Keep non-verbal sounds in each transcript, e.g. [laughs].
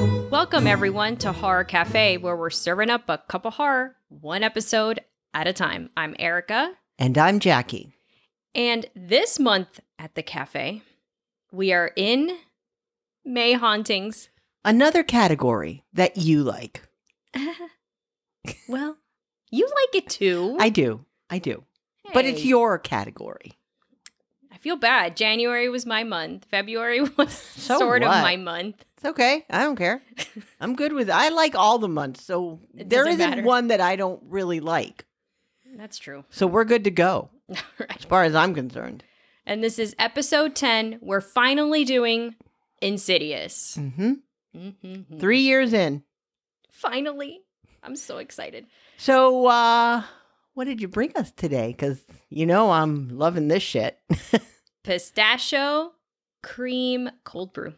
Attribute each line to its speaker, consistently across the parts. Speaker 1: Welcome, everyone, to Horror Cafe, where we're serving up a cup of horror, one episode at a time. I'm Erica,
Speaker 2: And I'm Jackie.
Speaker 1: and this month at the cafe, we are in May
Speaker 2: [laughs]
Speaker 1: Hauntings.
Speaker 2: Another category that you like.
Speaker 1: well, you like it too.
Speaker 2: I do. I do. But it's
Speaker 1: Hey,
Speaker 2: your category.
Speaker 1: I feel bad. January was my month, February [laughs] was
Speaker 2: So
Speaker 1: sort of
Speaker 2: what?
Speaker 1: my month.
Speaker 2: It's okay. I
Speaker 1: [laughs]
Speaker 2: don't care. I'm good with I like all the months. So
Speaker 1: It
Speaker 2: there
Speaker 1: doesn't
Speaker 2: isn't
Speaker 1: matter.
Speaker 2: one that I don't really like.
Speaker 1: That's true. [laughs]
Speaker 2: So we're good to go
Speaker 1: right.
Speaker 2: as far as I'm concerned.
Speaker 1: And this is episode 10. We're finally doing Insidious.
Speaker 2: hmm
Speaker 1: Mhm.
Speaker 2: Three years in.
Speaker 1: Finally. I'm so excited.
Speaker 2: So uh what did you bring us today? Because you know I'm loving this shit. [laughs]
Speaker 1: Pistachio cream cold brew.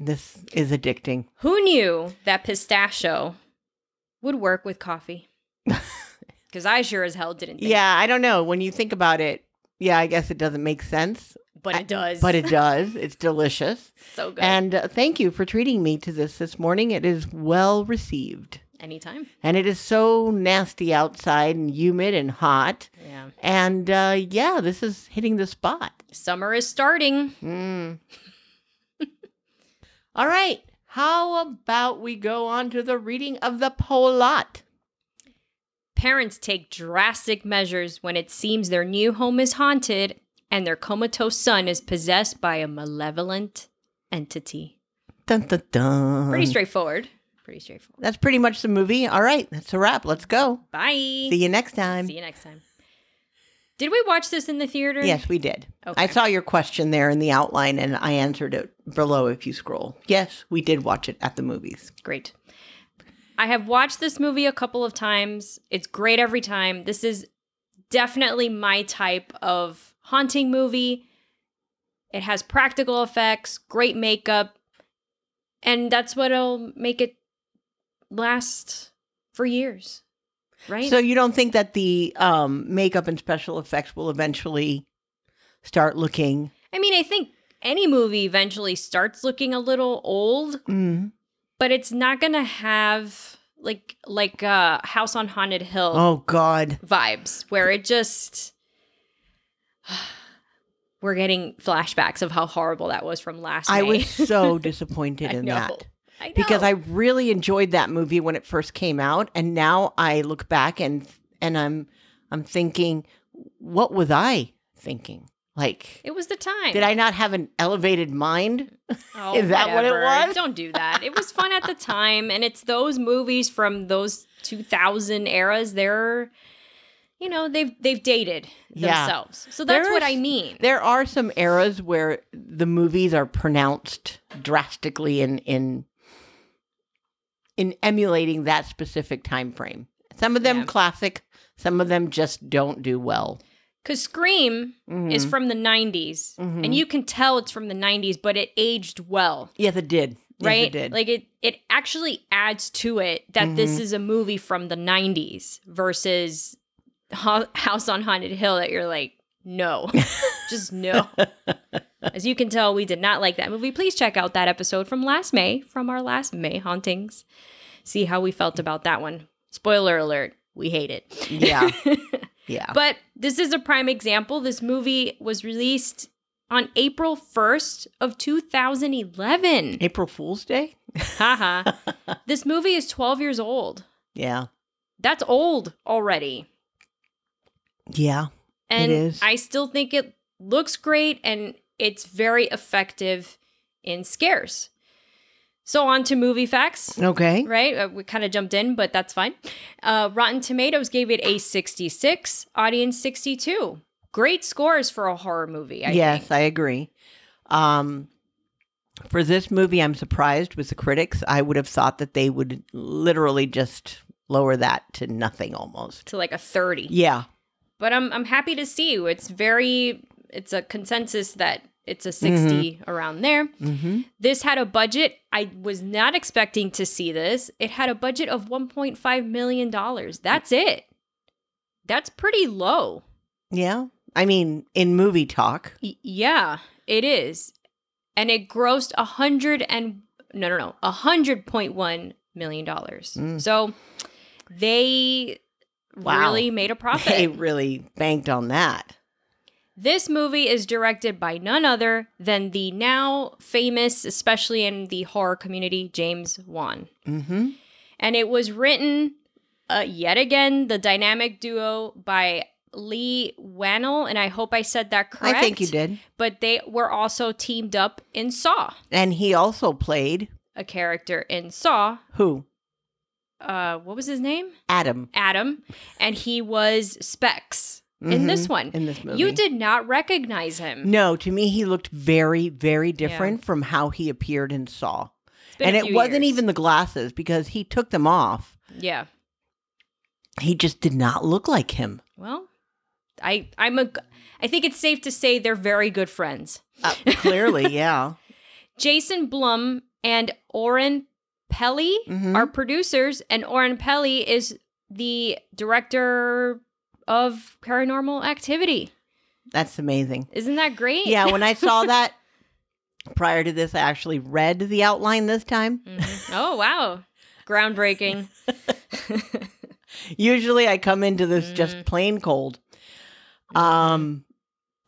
Speaker 2: this is addicting.
Speaker 1: Who knew that pistachio would work with
Speaker 2: [laughs]
Speaker 1: coffee? Because I sure as hell didn't think,
Speaker 2: Yeah, I don't know. When you think about it, yeah, I guess it doesn't make sense,
Speaker 1: but it does. [laughs]
Speaker 2: but it does. It's delicious.
Speaker 1: so good.
Speaker 2: And uh, thank you for treating me to this this morning. It is well received.
Speaker 1: Anytime.
Speaker 2: And it is so nasty outside and humid and hot.
Speaker 1: Yeah.
Speaker 2: And uh, yeah, this is hitting the spot.
Speaker 1: Summer is starting.
Speaker 2: Mm. [laughs] All right. How about we go on to the reading of the Polot?
Speaker 1: Parents take drastic measures when it seems their new home is haunted and their comatose son is possessed by a malevolent entity.
Speaker 2: Dun, dun, dun.
Speaker 1: Pretty straightforward. Pretty straightforward.
Speaker 2: That's pretty much the movie. All right. That's a wrap. Let's go.
Speaker 1: Bye.
Speaker 2: See you next time.
Speaker 1: See you next time. Did we watch this in the theater?
Speaker 2: Yes, we did. I
Speaker 1: Okay.
Speaker 2: saw your question there in the outline and I answered it below if you scroll. Yes, we did watch it at the movies.
Speaker 1: Great. I have watched this movie a couple of times. It's great every time. This is definitely my type of haunting movie. It has practical effects, great makeup, and that's what'll make it last for years. Right?
Speaker 2: So you don't think that the um, makeup and special effects will eventually start looking
Speaker 1: I mean, I think any movie eventually starts looking a little old,
Speaker 2: mm.
Speaker 1: but it's not going to have like like uh House on Haunted Hill.
Speaker 2: Oh god.
Speaker 1: vibes where it just [sighs] we're getting flashbacks of how horrible that was from last
Speaker 2: I
Speaker 1: May.
Speaker 2: was so disappointed
Speaker 1: I
Speaker 2: in
Speaker 1: know.
Speaker 2: that.
Speaker 1: [laughs] I know.
Speaker 2: Because I really enjoyed that movie when it first came out and now I look back and and I'm I'm thinking what was I thinking? Like
Speaker 1: it was the time.
Speaker 2: did I not have an elevated mind?
Speaker 1: Oh,
Speaker 2: is that what it
Speaker 1: whatever.
Speaker 2: was?
Speaker 1: Don't do that. It was fun at the time, and it's those movies from those 2000 eras. They're, you know, they've they've dated
Speaker 2: Yeah.
Speaker 1: themselves. So that's
Speaker 2: There
Speaker 1: what
Speaker 2: is-
Speaker 1: I mean.
Speaker 2: There are some eras where the movies are pronounced drastically in in in emulating that specific time frame. Some of them
Speaker 1: Yeah.
Speaker 2: classic, some of them just don't do well.
Speaker 1: Because Scream
Speaker 2: Mm-hmm.
Speaker 1: is from the 90s, and
Speaker 2: Mhm.
Speaker 1: you can tell it's from the 90s, but it aged well.
Speaker 2: yes, it did. Yes,
Speaker 1: right
Speaker 2: it did.
Speaker 1: like it it actually adds to it that this
Speaker 2: Mhm.
Speaker 1: is a movie from the 90s versus Ho- house on haunted hill that you're like no [laughs] just
Speaker 2: [laughs]
Speaker 1: no as you can tell we did not like that movie please check out that episode from last may from our last may hauntings see how we felt about that one spoiler alert we hate it
Speaker 2: yeah, yeah.
Speaker 1: but this is a prime example this movie was released on april 1st of
Speaker 2: [laughs]
Speaker 1: 2011
Speaker 2: April Fool's Day. [laughs]
Speaker 1: Haha. this movie is 12 years old.
Speaker 2: Yeah,
Speaker 1: That's old already.
Speaker 2: yeah.
Speaker 1: And
Speaker 2: is.
Speaker 1: I still think it looks great and it's very effective in scares. So, on to movie facts,
Speaker 2: Okay.
Speaker 1: right? Uh, We kind of jumped in, but that's fine. Uh, Rotten Tomatoes gave it a 66, audience 62. Great scores for a horror movie, I
Speaker 2: yes,
Speaker 1: think.
Speaker 2: I agree. Um, for this movie, I'm surprised with the critics. I would have thought that they would literally just lower that to nothing almost.
Speaker 1: To like a 30.
Speaker 2: Yeah.
Speaker 1: but I'm I'm happy to see you. It's very it's a consensus that it's a 60 around there.
Speaker 2: Mm-hmm.
Speaker 1: This had a budget I was not expecting to see this. It had a budget of 1.5 million dollars. That's it. That's pretty low.
Speaker 2: Yeah. I mean, in movie talk,
Speaker 1: Y- yeah, it is. And it grossed a 100 and no no no a hundred point one million dollars.
Speaker 2: Mm.
Speaker 1: So they
Speaker 2: Wow.
Speaker 1: really made a profit.
Speaker 2: They really banked on that.
Speaker 1: This movie is directed by none other than the now famous, especially in the horror community, James Wan.
Speaker 2: Mm-hmm.
Speaker 1: And it was written uh, yet again, the dynamic duo by Lee Wannell, and I hope I said that correct.
Speaker 2: I think you did.
Speaker 1: But they were also teamed up in Saw,
Speaker 2: And he also played
Speaker 1: a character in Saw.
Speaker 2: who?
Speaker 1: Uh, what was his name?
Speaker 2: Adam.
Speaker 1: Adam. And he was Specs in this
Speaker 2: Mhm.
Speaker 1: one.
Speaker 2: In this movie.
Speaker 1: You did not recognize him.
Speaker 2: No, to me, he looked very, very different from how he appeared in Saw.
Speaker 1: It's been
Speaker 2: And
Speaker 1: a
Speaker 2: it
Speaker 1: few
Speaker 2: wasn't
Speaker 1: years.
Speaker 2: even the glasses because he took them off.
Speaker 1: Yeah.
Speaker 2: He just did not look like him.
Speaker 1: Well, I I'm a I think it's safe to say they're very good friends. [laughs]
Speaker 2: Uh, clearly, yeah.
Speaker 1: Jason Blum and Oren Pelly
Speaker 2: Mhm.
Speaker 1: are producers, and Oren Pelly is the director of Paranormal Activity. [laughs]
Speaker 2: That's amazing.
Speaker 1: Isn't that great?
Speaker 2: Yeah, when I saw that prior to this, I actually read the outline this time.
Speaker 1: Mhm. Oh
Speaker 2: [laughs]
Speaker 1: wow. Groundbreaking.
Speaker 2: Usually I come into this just
Speaker 1: Mhm.
Speaker 2: plain cold. Um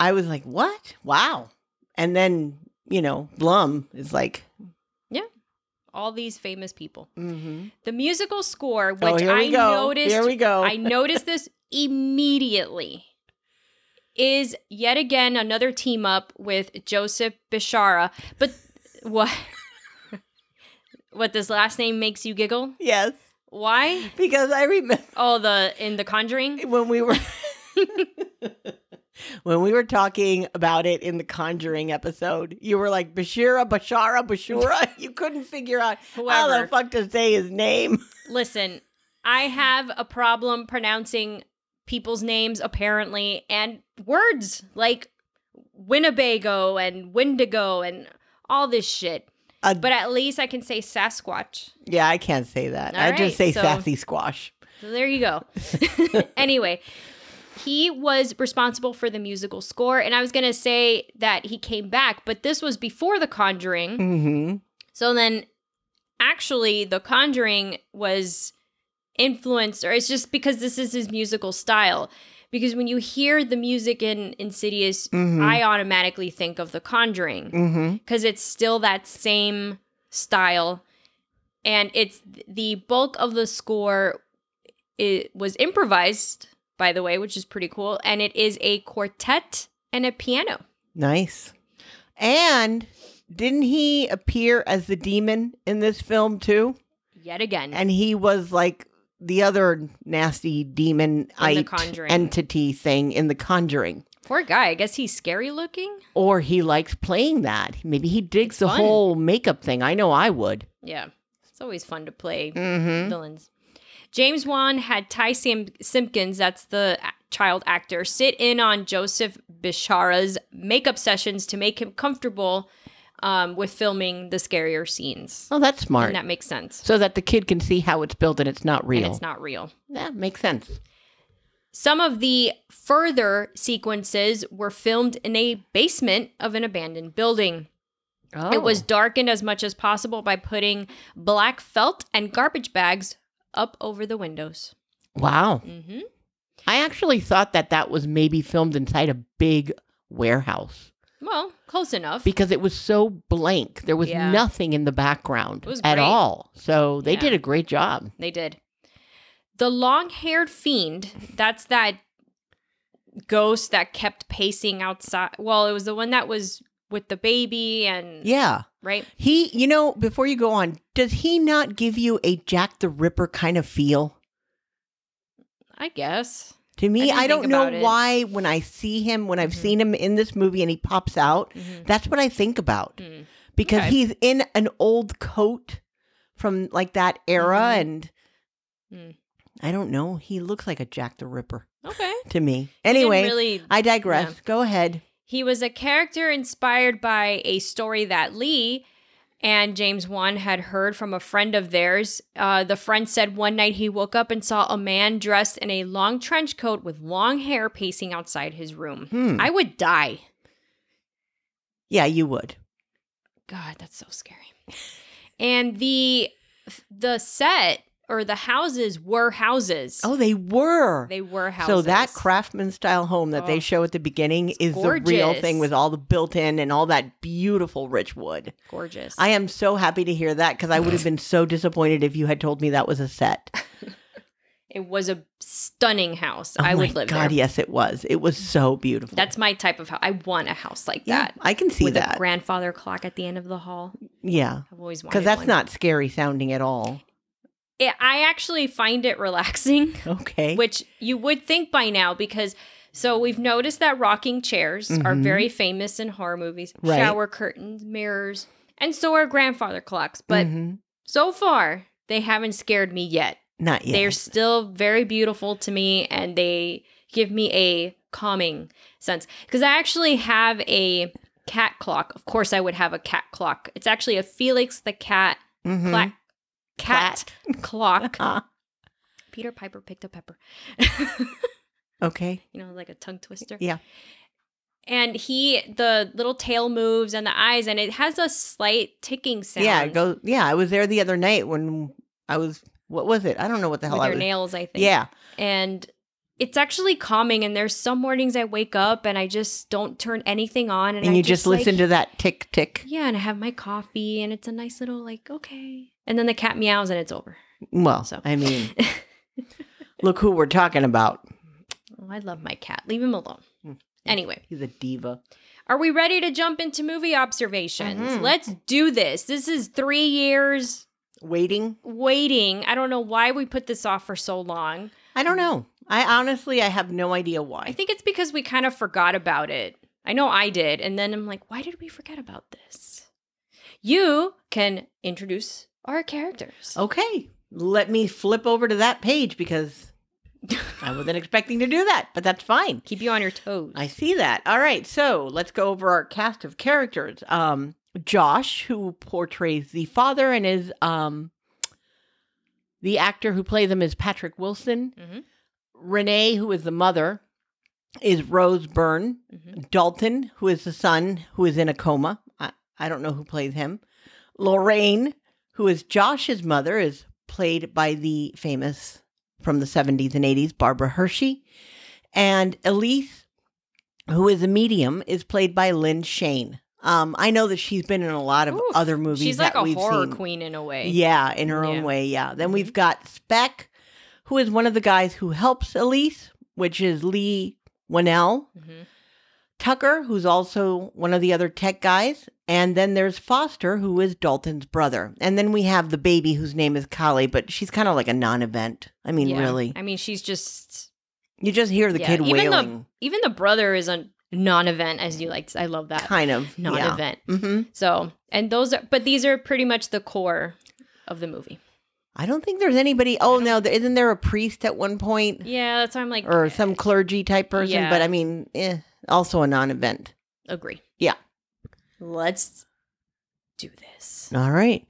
Speaker 2: I was like, "What? Wow." And then, you know, Blum is like,
Speaker 1: All these famous people.
Speaker 2: mhm.
Speaker 1: The musical score, Mm-hmm. which
Speaker 2: "Oh, here we
Speaker 1: I
Speaker 2: go.
Speaker 1: noticed
Speaker 2: here we go."
Speaker 1: I noticed this immediately. Is yet again another team up with Joseph Bishara. But what? what this last name makes you giggle?
Speaker 2: yes,
Speaker 1: Why?
Speaker 2: because I remember
Speaker 1: Oh, the in the Conjuring.
Speaker 2: when we were [laughs] when we were talking about it in the Conjuring episode, you were like Bashira, Bashara, Bashura. [laughs] You couldn't figure out how the
Speaker 1: Whoever.
Speaker 2: fuck to say his name.
Speaker 1: Listen, I have a problem pronouncing people's names apparently and words like Winnebago and Wendigo and all this shit.
Speaker 2: Uh,
Speaker 1: But at least I can say Sasquatch.
Speaker 2: Yeah, I can't say that.
Speaker 1: All
Speaker 2: I
Speaker 1: right,
Speaker 2: just say
Speaker 1: so-
Speaker 2: sassy squash.
Speaker 1: So there you go. anyway, he was responsible for the musical score, and I was gonna say that he came back, but this was before The Conjuring.
Speaker 2: Mhm.
Speaker 1: So then, actually, The Conjuring was influenced, or it's just because this is his musical style. Because when you hear the music in Insidious,
Speaker 2: Mhm.
Speaker 1: I automatically think of The Conjuring
Speaker 2: Mhm.
Speaker 1: because it's still that same style and it's the bulk of the score it was improvised by the way which is pretty cool and it is a quartet and a piano
Speaker 2: Nice. And didn't he appear as the demon in this film too?
Speaker 1: yet again
Speaker 2: And he was like the other nasty demon
Speaker 1: in the
Speaker 2: ite
Speaker 1: conjuring
Speaker 2: entity thing in The Conjuring.
Speaker 1: poor guy i guess he's scary looking
Speaker 2: Or he likes playing that. Maybe he digs
Speaker 1: It's
Speaker 2: the
Speaker 1: fun.
Speaker 2: whole makeup thing. I know I would.
Speaker 1: yeah it's always fun to play
Speaker 2: Mm-hmm.
Speaker 1: villains james wan had ty Sim- simpkins that's the a- child actor sit in on joseph bishara's makeup sessions to make him comfortable um, with filming the scarier scenes
Speaker 2: Oh, that's smart.
Speaker 1: And that makes sense.
Speaker 2: So that the kid can see how it's built and it's not real.
Speaker 1: And it's not real.
Speaker 2: That makes sense.
Speaker 1: Some of the further sequences were filmed in a basement of an abandoned building.
Speaker 2: Oh.
Speaker 1: It was darkened as much as possible by putting black felt and garbage bags up over the windows.
Speaker 2: Oh, wow.
Speaker 1: hmm
Speaker 2: I actually thought that that was maybe filmed inside a big warehouse
Speaker 1: Well, close enough.
Speaker 2: because it was so blank. There was
Speaker 1: Yeah.
Speaker 2: nothing in the background
Speaker 1: It was
Speaker 2: at
Speaker 1: great.
Speaker 2: all. So they
Speaker 1: Yeah.
Speaker 2: did a great job.
Speaker 1: they did. The long haired fiend, that's that ghost that kept pacing outside. Well, it was the one that was with the baby and,
Speaker 2: Yeah.
Speaker 1: right?
Speaker 2: He, you know, before you go on, does he not give you a Jack the Ripper kind of feel?
Speaker 1: I guess.
Speaker 2: To me,
Speaker 1: didn't
Speaker 2: I, don't
Speaker 1: think
Speaker 2: know
Speaker 1: about it.
Speaker 2: why when I see him, when I've
Speaker 1: Mhm.
Speaker 2: seen him in this movie and he pops out,
Speaker 1: Mhm.
Speaker 2: that's what I think about
Speaker 1: Hmm.
Speaker 2: because
Speaker 1: Okay.
Speaker 2: he's in an old coat from like that era
Speaker 1: Mhm.
Speaker 2: and
Speaker 1: Mm.
Speaker 2: I don't know. He looks like a Jack the Ripper.
Speaker 1: Okay.
Speaker 2: to me.
Speaker 1: He didn't
Speaker 2: Anyway,
Speaker 1: really,
Speaker 2: I digress. Go ahead.
Speaker 1: he was a character inspired by a story that Lee and James Wan had heard from a friend of theirs. Uh, the friend said one night he woke up and saw a man dressed in a long trench coat with long hair pacing outside his room.
Speaker 2: Hmm.
Speaker 1: I would die.
Speaker 2: yeah, you would.
Speaker 1: God, that's so scary. and the the set or the houses were houses.
Speaker 2: Oh, they were.
Speaker 1: They were houses.
Speaker 2: so that craftsman style home that they
Speaker 1: Oh,
Speaker 2: show at the beginning is
Speaker 1: gorgeous.
Speaker 2: the real thing with all the built in and all that beautiful rich wood.
Speaker 1: gorgeous.
Speaker 2: I am so happy to hear that because I would have been so disappointed if you had told me that was a set.
Speaker 1: it was a stunning house. [laughs]
Speaker 2: Oh
Speaker 1: I
Speaker 2: my
Speaker 1: would live
Speaker 2: God,
Speaker 1: there.
Speaker 2: yes, it was. It was so beautiful.
Speaker 1: That's my type of house. I want a house like
Speaker 2: yeah,
Speaker 1: that
Speaker 2: I can see
Speaker 1: with
Speaker 2: that.
Speaker 1: a grandfather clock at the end of the hall.
Speaker 2: yeah,
Speaker 1: I've always wanted
Speaker 2: because that's
Speaker 1: one.
Speaker 2: not scary sounding at all.
Speaker 1: It, I actually find it relaxing,
Speaker 2: Okay.
Speaker 1: which you would think by now because. So we've noticed that rocking chairs are
Speaker 2: Mhm.
Speaker 1: very famous in horror movies.
Speaker 2: Right.
Speaker 1: Shower curtains, mirrors, and so are grandfather clocks. But
Speaker 2: Mhm.
Speaker 1: so far, they haven't scared me yet.
Speaker 2: not yet.
Speaker 1: They're still very beautiful to me and they give me a calming sense. Because I actually have a cat clock. Of course, I would have a cat clock. It's actually a Felix the Cat
Speaker 2: Mhm.
Speaker 1: cla- cat, clock.
Speaker 2: Huh.
Speaker 1: Peter Piper picked a pepper. [laughs]
Speaker 2: Okay.
Speaker 1: you know, like a tongue twister.
Speaker 2: Yeah.
Speaker 1: And he, the little tail moves and the eyes, and it has a slight ticking sound.
Speaker 2: Yeah. Go. Yeah, I was there the other night when I was. What was it? I don't know what the hell
Speaker 1: with
Speaker 2: I
Speaker 1: your
Speaker 2: was.
Speaker 1: nails, I think.
Speaker 2: yeah.
Speaker 1: and it's actually calming and there's some mornings i wake up and i just don't turn anything on and,
Speaker 2: And
Speaker 1: I
Speaker 2: you just, listen
Speaker 1: like,
Speaker 2: to that tick tick.
Speaker 1: yeah and i have my coffee and it's a nice little like okay and then the cat meows and it's over
Speaker 2: Well,
Speaker 1: So. [laughs]
Speaker 2: I mean, look who we're talking about.
Speaker 1: oh, i love my cat leave him alone
Speaker 2: Hmm.
Speaker 1: anyway
Speaker 2: He's a diva.
Speaker 1: are we ready to jump into movie observations
Speaker 2: Mhm.
Speaker 1: let's do this this is three years
Speaker 2: Waiting.
Speaker 1: waiting i don't know why we put this off for so long
Speaker 2: I don't know. I honestly, I have no idea why.
Speaker 1: i think it's because we kind of forgot about it i know i did and then i'm like why did we forget about this you can introduce our characters
Speaker 2: okay, let me flip over to that page because I wasn't expecting to do that, but that's fine.
Speaker 1: keep you on your toes
Speaker 2: I see that. All right, so let's go over our cast of characters. Um, Josh, who portrays the father, and is um, the actor who plays him is Patrick Wilson.
Speaker 1: Mhm.
Speaker 2: Renee, who is the mother, is Rose Byrne.
Speaker 1: Mhm.
Speaker 2: Dalton, who is the son, who is in a coma. I, I don't know who plays him. Lorraine, who is Josh's mother, is played by the famous from the 70s and 80s, Barbara Hershey. And Elise, who is a medium, is played by Lynn Shane. Um, I know that she's been in a lot of
Speaker 1: Oof.
Speaker 2: other movies
Speaker 1: she's like
Speaker 2: that
Speaker 1: a
Speaker 2: we've
Speaker 1: horror
Speaker 2: seen.
Speaker 1: queen in a way
Speaker 2: Yeah, in her
Speaker 1: Yeah.
Speaker 2: own way. Yeah. Then
Speaker 1: Mhm.
Speaker 2: we've got Speck, who is one of the guys who helps Elise, which is Lee Winnell.
Speaker 1: Mhm.
Speaker 2: Tucker, who's also one of the other tech guys. And then there's Foster, who is Dalton's brother. And then we have the baby, whose name is Kali, but she's kind of like a non event. I mean,
Speaker 1: Yeah.
Speaker 2: really.
Speaker 1: i mean she's just
Speaker 2: You just hear the
Speaker 1: Yeah,
Speaker 2: kid
Speaker 1: even the-
Speaker 2: wailing.
Speaker 1: even the brother is a non-event as you like to- i love that
Speaker 2: kind of. Yeah.
Speaker 1: non-event
Speaker 2: hmm
Speaker 1: so and those are but these are pretty much the core of the movie
Speaker 2: I don't think there's anybody. Oh, no. There, isn't there a priest at one point?
Speaker 1: yeah that's why i'm like
Speaker 2: Or some clergy type person?
Speaker 1: Yeah.
Speaker 2: But I mean, eh, also a non event.
Speaker 1: Agree.
Speaker 2: Yeah.
Speaker 1: Let's do this.
Speaker 2: All right.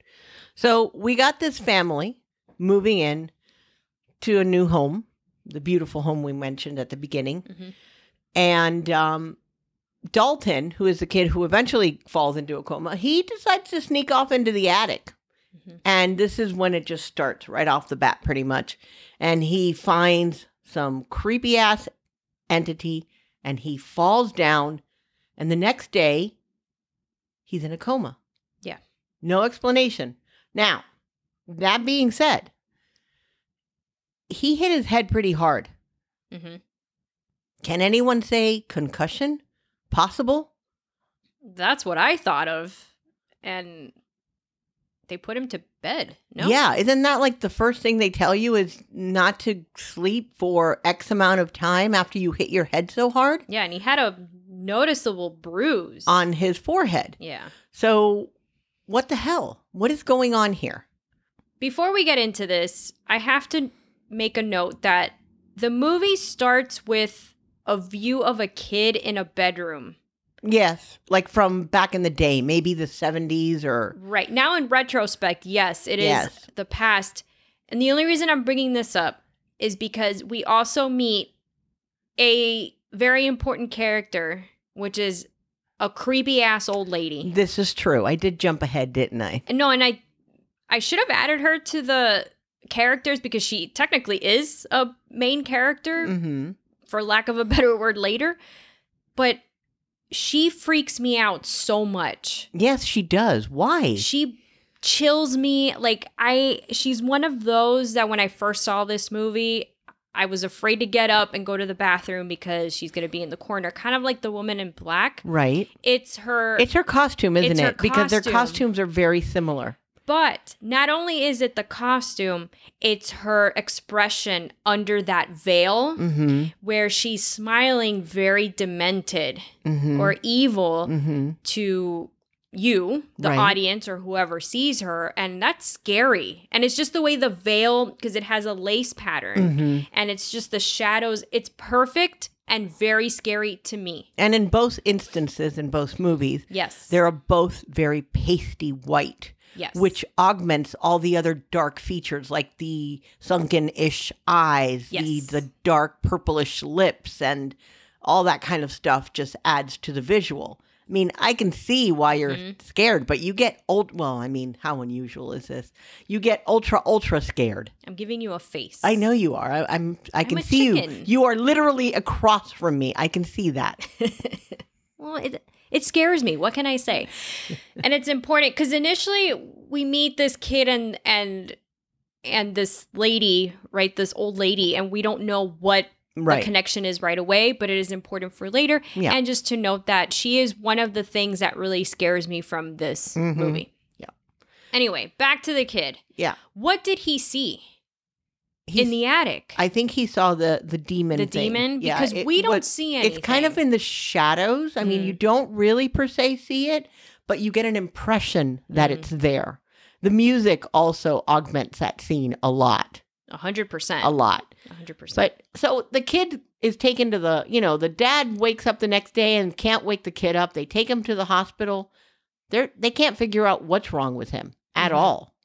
Speaker 2: So we got this family moving in to a new home, the beautiful home we mentioned at the beginning.
Speaker 1: Mhm.
Speaker 2: And um, Dalton, who is the kid who eventually falls into a coma, he decides to sneak off into the attic.
Speaker 1: Mhm.
Speaker 2: And this is when it just starts right off the bat, pretty much. And he finds some creepy ass entity and he falls down. And the next day, he's in a coma.
Speaker 1: Yeah.
Speaker 2: No explanation. Now, that being said, he hit his head pretty hard.
Speaker 1: hmm
Speaker 2: Can anyone say concussion? Possible?
Speaker 1: That's what I thought of. And they put him to bed. No.
Speaker 2: Yeah. Isn't that like the first thing they tell you is not to sleep for X amount of time after you hit your head so hard?
Speaker 1: Yeah. And he had a noticeable bruise.
Speaker 2: On his forehead.
Speaker 1: yeah.
Speaker 2: So, what the hell? What is going on here?
Speaker 1: Before we get into this, I have to make a note that the movie starts with a view of a kid in a bedroom.
Speaker 2: Yes. Like from back in the day, maybe the 70s or.
Speaker 1: Right. Now, in retrospect, yes, it is
Speaker 2: Yes.
Speaker 1: the past. And the only reason I'm bringing this up is because we also meet a very important character, which is a creepy ass old lady.
Speaker 2: This is true. I did jump ahead, didn't I?
Speaker 1: And no, and I I should have added her to the characters because she technically is a main character,
Speaker 2: Mm-hmm.
Speaker 1: for lack of a [laughs] better word, later. But she freaks me out so much.
Speaker 2: Yes, she does. Why?
Speaker 1: She chills me. Like, I, she's one of those that when I first saw this movie, I was afraid to get up and go to the bathroom because she's going to be in the corner, kind of like the woman in black.
Speaker 2: Right.
Speaker 1: It's her.
Speaker 2: It's her costume, isn't
Speaker 1: It's her
Speaker 2: it? Because their
Speaker 1: costume.
Speaker 2: costumes are very similar.
Speaker 1: But not only is it the costume, it's her expression under that veil
Speaker 2: Mm-hmm.
Speaker 1: where she's smiling very demented
Speaker 2: Mm-hmm.
Speaker 1: or evil
Speaker 2: mm-hmm.
Speaker 1: to you, the
Speaker 2: Right.
Speaker 1: audience, or whoever sees her. And that's scary. And it's just the way the veil, because it has a lace pattern
Speaker 2: Mm-hmm.
Speaker 1: and it's just the shadows, it's perfect and very scary to me.
Speaker 2: And in both instances, in both movies,
Speaker 1: Yes.
Speaker 2: they are both very pasty white,
Speaker 1: yes.
Speaker 2: which augments all the other dark features like the sunken ish eyes,
Speaker 1: Yes.
Speaker 2: the, the dark purplish lips, and all that kind of stuff just adds to the visual. I mean, I can see why you're
Speaker 1: Mm-hmm.
Speaker 2: scared, but you get old. Well, I mean, how unusual is this? You get ultra, ultra scared.
Speaker 1: I'm giving you a face.
Speaker 2: I know you are. I, I'm. I can
Speaker 1: a
Speaker 2: see you.
Speaker 1: chicken.
Speaker 2: You are literally across from me. I can see that.
Speaker 1: [laughs] well it it scares me what can i say and it's important because initially we meet this kid and and and this lady right this old lady and we don't know what [laughs] the
Speaker 2: Right.
Speaker 1: connection is right away but it is important for later
Speaker 2: Yeah.
Speaker 1: and just to note that she is one of the things that really scares me from this
Speaker 2: Mhm.
Speaker 1: movie
Speaker 2: Yeah.
Speaker 1: anyway back to the kid
Speaker 2: Yeah.
Speaker 1: what did he see
Speaker 2: He's-
Speaker 1: in the attic
Speaker 2: I think he saw the the demon.
Speaker 1: the
Speaker 2: thing.
Speaker 1: demon
Speaker 2: Yeah,
Speaker 1: because
Speaker 2: it
Speaker 1: we don't
Speaker 2: was-
Speaker 1: see anything
Speaker 2: It's kind of in the shadows. I mean,
Speaker 1: Mm.
Speaker 2: you don't really per se see it, but you get an impression that
Speaker 1: Mm.
Speaker 2: it's there. The music also augments that scene a lot,
Speaker 1: 100%
Speaker 2: a lot.
Speaker 1: 100%
Speaker 2: But so the kid is taken to the, you know, the dad wakes up the next day and can't wake the kid up. They take him to the hospital. They're they can't figure out what's wrong with him at
Speaker 1: Mhm.
Speaker 2: all.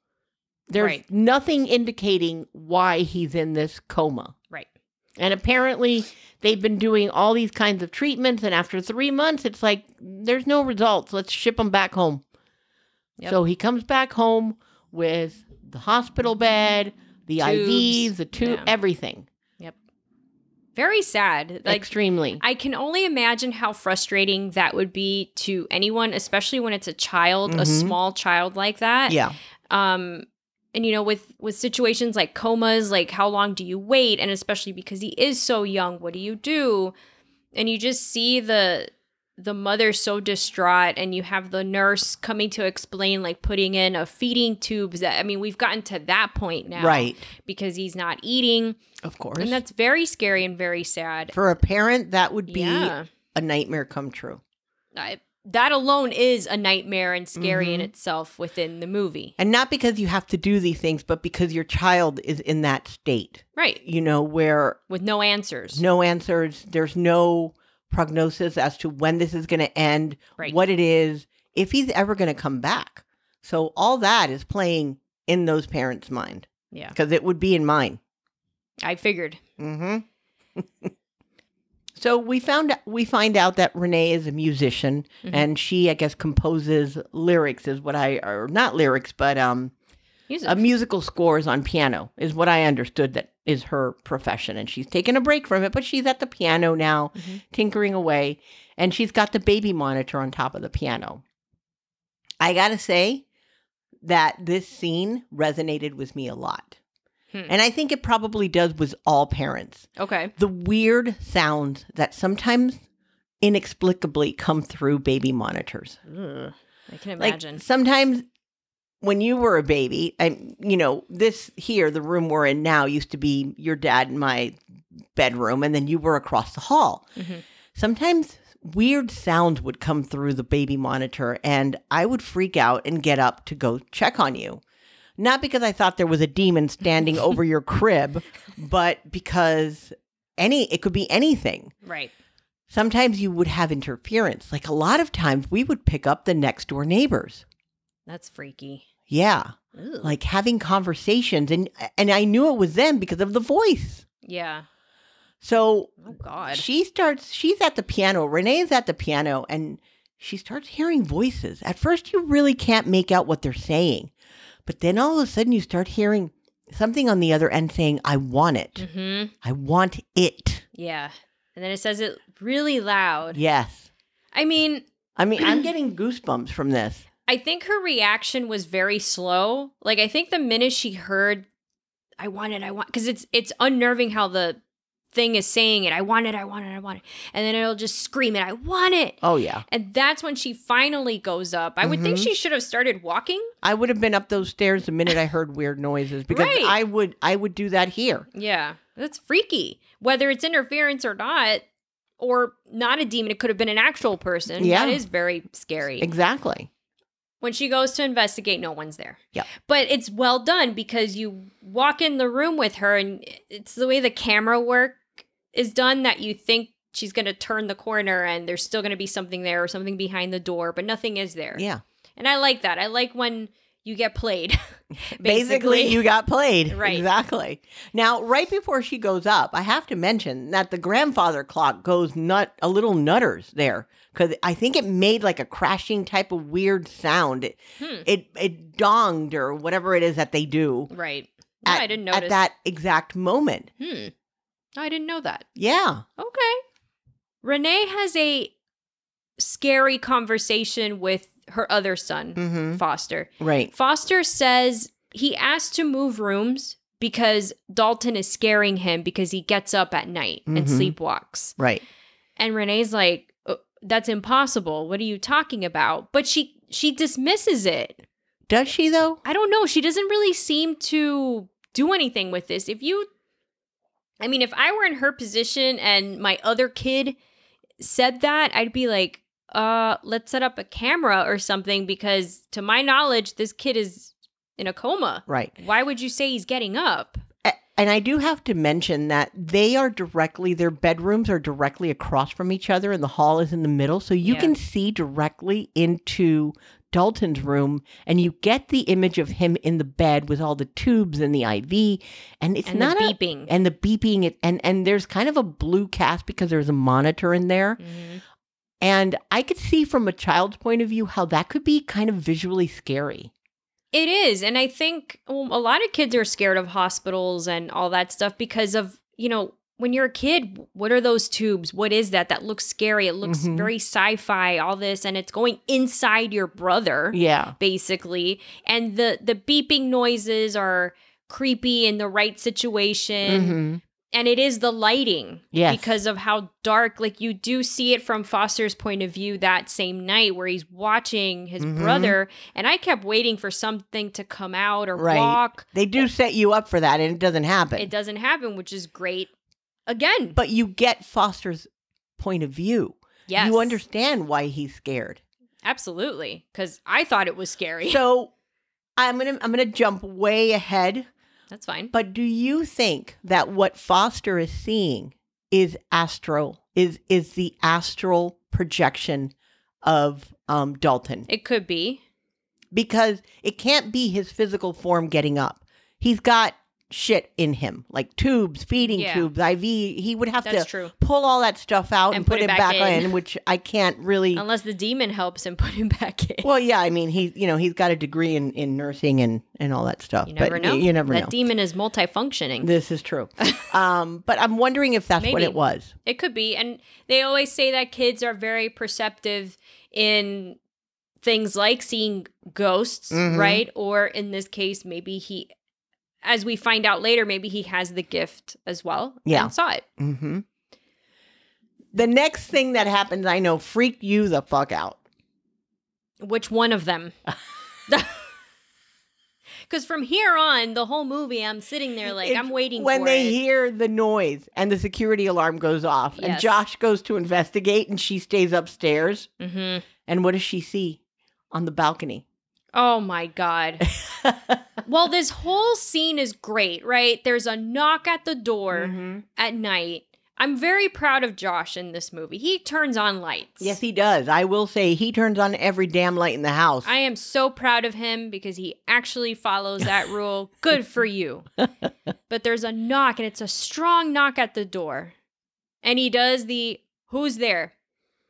Speaker 2: There's
Speaker 1: Right.
Speaker 2: nothing indicating why he's in this coma.
Speaker 1: right
Speaker 2: And apparently, they've been doing all these kinds of treatments. And after three months, it's like, there's no results. Let's ship him back home.
Speaker 1: Yep.
Speaker 2: So he comes back home with the hospital bed, the IVs,
Speaker 1: Tubes.
Speaker 2: the tube,
Speaker 1: Yeah.
Speaker 2: everything.
Speaker 1: very sad like
Speaker 2: Extremely.
Speaker 1: I can only imagine how frustrating that would be to anyone, especially when it's a child, a
Speaker 2: Mhm.
Speaker 1: small child like that.
Speaker 2: yeah.
Speaker 1: Um, and you know, with with situations like comas, like how long do you wait? And especially because he is so young, what do you do? And you just see the the mother so distraught, and you have the nurse coming to explain, like putting in a feeding tubes. That I mean, we've gotten to that point now,
Speaker 2: Right.
Speaker 1: Because he's not eating,
Speaker 2: Of course.
Speaker 1: and that's very scary and very sad.
Speaker 2: For a parent, that would be
Speaker 1: yeah.
Speaker 2: a nightmare come true.
Speaker 1: I, that alone is a nightmare and scary in
Speaker 2: Mhm.
Speaker 1: itself within the movie.
Speaker 2: And not because you have to do these things, but because your child is in that state,
Speaker 1: Right.
Speaker 2: you know, where
Speaker 1: With no answers.
Speaker 2: no answers. There's no prognosis as to when this is going to end,
Speaker 1: Right.
Speaker 2: what it is, if he's ever going to come back. So all that is playing in those parents' mind
Speaker 1: Yeah.
Speaker 2: because it would be in mine.
Speaker 1: I figured.
Speaker 2: Mm-hmm. so we found we find out that Renee is a musician
Speaker 1: Mhm.
Speaker 2: and she, I guess, composes lyrics is what I or not lyrics, but um,
Speaker 1: Music.
Speaker 2: a musical scores on piano is what I understood that is her profession. And she's taken a break from it, but she's at the piano now,
Speaker 1: Mhm.
Speaker 2: tinkering away, and she's got the baby monitor on top of the piano. I gotta say that this scene resonated with me a lot.
Speaker 1: Hmm.
Speaker 2: And I think it probably does with all parents.
Speaker 1: okay.
Speaker 2: The weird sounds that sometimes inexplicably come through baby monitors.
Speaker 1: Ugh. I can
Speaker 2: Like,
Speaker 1: imagine.
Speaker 2: sometimes when you were a baby, and you know, this here, the room we're in now used to be your dad and my bedroom, and then you were across the hall.
Speaker 1: Mhm.
Speaker 2: Sometimes weird sounds would come through the baby monitor, and I would freak out and get up to go check on you. Not because I thought there was a demon standing over your crib, but because any it could be anything
Speaker 1: right.
Speaker 2: sometimes you would have interference. Like a lot of times we would pick up the next door neighbors.
Speaker 1: That's freaky.
Speaker 2: Yeah.
Speaker 1: Ooh.
Speaker 2: Like having conversations and and I knew it was them because of the voice.
Speaker 1: yeah.
Speaker 2: So
Speaker 1: Oh God.
Speaker 2: she starts she's at the piano. Renee's at the piano and she starts hearing voices. At first you really can't make out what they're saying. But then all of a sudden you start hearing something on the other end saying, I want it.
Speaker 1: Mm-hmm.
Speaker 2: I want it.
Speaker 1: Yeah. And then it says it really loud.
Speaker 2: Yes.
Speaker 1: I mean,
Speaker 2: I mean, I'm getting goosebumps from this.
Speaker 1: I think her reaction was very slow. Like I think the minute she heard I want it, I want because it's it's unnerving how the thing is saying it. I want it, I want it, I want it. And then it'll just scream it, I want it.
Speaker 2: Oh, yeah.
Speaker 1: And that's when she finally goes up. I would think
Speaker 2: Mhm.
Speaker 1: she should have started walking.
Speaker 2: I would have been up those stairs the minute I heard weird noises because
Speaker 1: Right.
Speaker 2: I would I would do that here.
Speaker 1: Yeah. That's freaky. Whether it's interference or not, or not a demon, it could have been an actual person.
Speaker 2: Yeah.
Speaker 1: That is very scary.
Speaker 2: Exactly.
Speaker 1: When she goes to investigate, no one's there.
Speaker 2: Yep.
Speaker 1: But it's well done because you walk in the room with her and it's the way the camera work is done that you think she's going to turn the corner and there's still going to be something there or something behind the door, but nothing is there.
Speaker 2: Yeah.
Speaker 1: And I like that. I like when you get played. [laughs]
Speaker 2: Basically, you got played.
Speaker 1: Right.
Speaker 2: Exactly. Now, right before she goes up, I have to mention that the grandfather clock goes nut a little nutters there because I think it made like a crashing type of weird sound. It
Speaker 1: Hmm.
Speaker 2: it, it donged or whatever it is that they do
Speaker 1: Right. Yeah, I didn't notice.
Speaker 2: at that exact moment.
Speaker 1: Hmm. I didn't know that.
Speaker 2: Yeah.
Speaker 1: Okay. Renee has a scary conversation with her other son,
Speaker 2: Mm-hmm.
Speaker 1: Foster.
Speaker 2: Right.
Speaker 1: Foster says he asked to move rooms because Dalton is scaring him because he gets up at night and
Speaker 2: Mhm.
Speaker 1: sleepwalks.
Speaker 2: Right.
Speaker 1: And Renee's like, "Uh, "That's impossible. What are you talking about?" But she she dismisses it.
Speaker 2: Does she though?
Speaker 1: I don't know. She doesn't really seem to do anything with this. If you, I mean, if I were in her position and my other kid said that, I'd be like, uh, let's set up a camera or something because to my knowledge, this kid is in a coma.
Speaker 2: Right.
Speaker 1: Why would you say he's getting up?
Speaker 2: A- And I do have to mention that they are directly, their bedrooms are directly across from each other, and the hall is in the middle. So you
Speaker 1: Yeah.
Speaker 2: can see directly into Dalton's room, and you get the image of him in the bed with all the tubes and the IV. And it's
Speaker 1: and
Speaker 2: not
Speaker 1: the
Speaker 2: a.
Speaker 1: beeping.
Speaker 2: And the beeping, it- and, and there's kind of a blue cast because there's a monitor in there.
Speaker 1: Mhm.
Speaker 2: And I could see from a child's point of view how that could be kind of visually scary.
Speaker 1: It is. And I think well, a lot of kids are scared of hospitals and all that stuff because of, you know, when you're a kid, what are those tubes? What is that? That looks scary. It looks
Speaker 2: Mhm.
Speaker 1: very sci fi, all this. And it's going inside your brother,
Speaker 2: Yeah.
Speaker 1: basically. And the, the beeping noises are creepy in the right situation.
Speaker 2: Mhm.
Speaker 1: And it is the lighting.
Speaker 2: Yes.
Speaker 1: Because of how dark, like you do see it from Foster's point of view that same night where he's watching his
Speaker 2: Mhm.
Speaker 1: brother. And I kept waiting for something to come out or
Speaker 2: Right.
Speaker 1: walk.
Speaker 2: They do set you up for that, and it doesn't happen.
Speaker 1: It doesn't happen, which is great. Again,
Speaker 2: but you get Foster's point of view.
Speaker 1: yes.
Speaker 2: You understand why he's scared.
Speaker 1: Absolutely. Because I thought it was scary.
Speaker 2: So I'm going to I'm going to jump way ahead,
Speaker 1: That's fine.
Speaker 2: but do you think that what Foster is seeing is astral is is the astral projection of um Dalton?
Speaker 1: It could be.
Speaker 2: Because it can't be his physical form getting up. He's got shit in him, like tubes, feeding
Speaker 1: Yeah.
Speaker 2: tubes, IV. He would have
Speaker 1: That's
Speaker 2: to
Speaker 1: true.
Speaker 2: pull all that stuff out and, put, it back,
Speaker 1: in.
Speaker 2: in. Oh, which I can't [laughs] really
Speaker 1: Unless the demon helps him [laughs] put him back in.
Speaker 2: Well, yeah, I mean, he, you know, he's got a degree in, in nursing and, and all that stuff.
Speaker 1: you never
Speaker 2: but
Speaker 1: know.
Speaker 2: y- You, never
Speaker 1: that
Speaker 2: know.
Speaker 1: demon is multifunctioning.
Speaker 2: this
Speaker 1: [laughs]
Speaker 2: is true. um, but I'm wondering if that's what
Speaker 1: Maybe.
Speaker 2: it was.
Speaker 1: It could be. And they always say that kids are very perceptive in things like seeing ghosts,
Speaker 2: Mhm.
Speaker 1: right? Or in this case, maybe he, as we find out later, maybe he has the gift as well.
Speaker 2: Yeah.
Speaker 1: And saw it.
Speaker 2: hmm The next thing that happens, I know, freaked you the fuck out.
Speaker 1: Which one of
Speaker 2: [laughs]
Speaker 1: them? Because from here on, the whole movie, I'm sitting there like,
Speaker 2: It's
Speaker 1: I'm waiting
Speaker 2: when
Speaker 1: for
Speaker 2: they
Speaker 1: it.
Speaker 2: hear the noise and the security alarm goes off, and
Speaker 1: Yes.
Speaker 2: Josh goes to investigate, and she stays upstairs.
Speaker 1: Mhm.
Speaker 2: And what does she see on the balcony?
Speaker 1: Oh my God.
Speaker 2: [laughs]
Speaker 1: well, this whole scene is great, right? There's a knock at the door.
Speaker 2: Mhm.
Speaker 1: at night. I'm very proud of Josh in this movie. He turns on lights.
Speaker 2: Yes, he does. I will say he turns on every damn light in the house.
Speaker 1: I am so proud of him because he actually follows
Speaker 2: [laughs]
Speaker 1: that rule. Good for you. But there's a knock, and it's a strong knock at the door. And he does the who's there?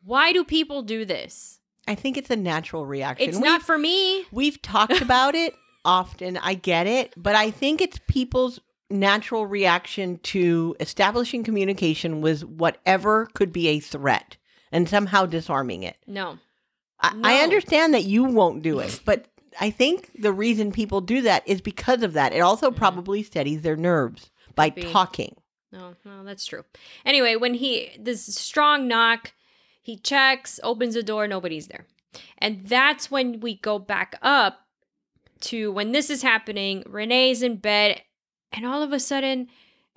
Speaker 1: Why do people do this?
Speaker 2: I think it's a natural reaction.
Speaker 1: It's
Speaker 2: We-
Speaker 1: not for me.
Speaker 2: We've talked about it often. I get it, but I think it's people's natural reaction to establishing communication with whatever could be a threat and somehow disarming it.
Speaker 1: No.
Speaker 2: I,
Speaker 1: No.
Speaker 2: I understand that you won't do it, but I think the reason people do that is because of that. It also probably steadies their nerves by
Speaker 1: Mm-hmm. Could be.
Speaker 2: talking.
Speaker 1: No, no, Oh, that's true. Anyway, when he this strong knock, he checks, opens the door, nobody's there. And that's when we go back up to when this is happening, Renee's in bed, and all of a sudden,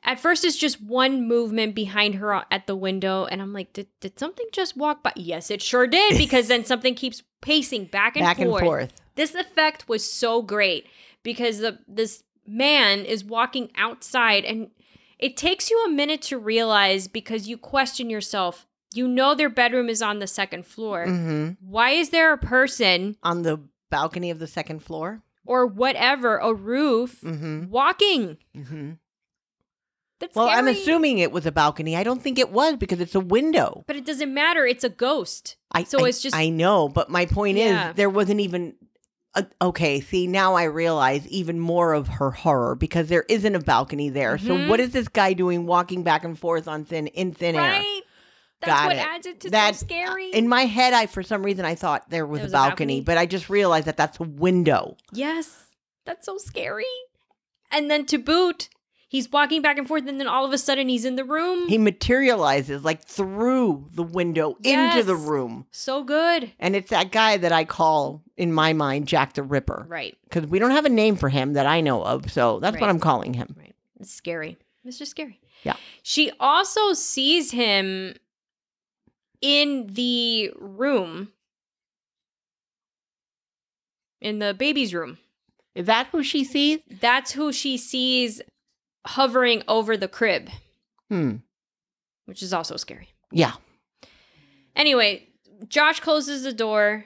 Speaker 1: at first it's just one movement behind her at the window, and I'm like, did, did something just walk by? Yes, it sure did, because then something keeps pacing back and
Speaker 2: back
Speaker 1: forth.
Speaker 2: and forth.
Speaker 1: This effect was so great because the this man is walking outside and it takes you a minute to realize because you question yourself. You know their bedroom is on the second floor.
Speaker 2: hmm
Speaker 1: Why is there a person
Speaker 2: On the balcony of the second floor.
Speaker 1: or whatever, a roof
Speaker 2: Mm-hmm.
Speaker 1: walking?
Speaker 2: Mm-hmm.
Speaker 1: That's
Speaker 2: Well, I'm
Speaker 1: scary.
Speaker 2: assuming it was a balcony. I don't think it was because it's a window.
Speaker 1: but it doesn't matter. It's a ghost.
Speaker 2: I,
Speaker 1: So
Speaker 2: I-
Speaker 1: it's just-
Speaker 2: I know, but my point
Speaker 1: Yeah.
Speaker 2: is there wasn't even. A, okay, see now I realize even more of her horror because there isn't a balcony there.
Speaker 1: Mhm.
Speaker 2: So what is this guy doing, walking back and forth on thin in thin air?
Speaker 1: Right? That's
Speaker 2: Got
Speaker 1: what
Speaker 2: it.
Speaker 1: adds it to
Speaker 2: That-
Speaker 1: so scary.
Speaker 2: In my head, I for some reason I thought there was,
Speaker 1: There was a
Speaker 2: a, balcony,
Speaker 1: balcony?
Speaker 2: but I just realized that that's a window.
Speaker 1: Yes. That's so scary. And then to boot, he's walking back and forth, and then all of a sudden he's in the room.
Speaker 2: He materializes like through the window into the
Speaker 1: Yes.
Speaker 2: room,
Speaker 1: so good.
Speaker 2: and it's that guy that I call in my mind Jack the Ripper
Speaker 1: Right.
Speaker 2: because we don't have a name for him that I know of, so that's what
Speaker 1: Right.
Speaker 2: I'm calling him.
Speaker 1: Right. It's scary. It's just scary.
Speaker 2: Yeah.
Speaker 1: She also sees him in the room, in the baby's room.
Speaker 2: Is that who she sees?
Speaker 1: That's who she sees hovering over the crib,
Speaker 2: Hmm.
Speaker 1: which is also scary.
Speaker 2: Yeah.
Speaker 1: Anyway, Josh closes the door.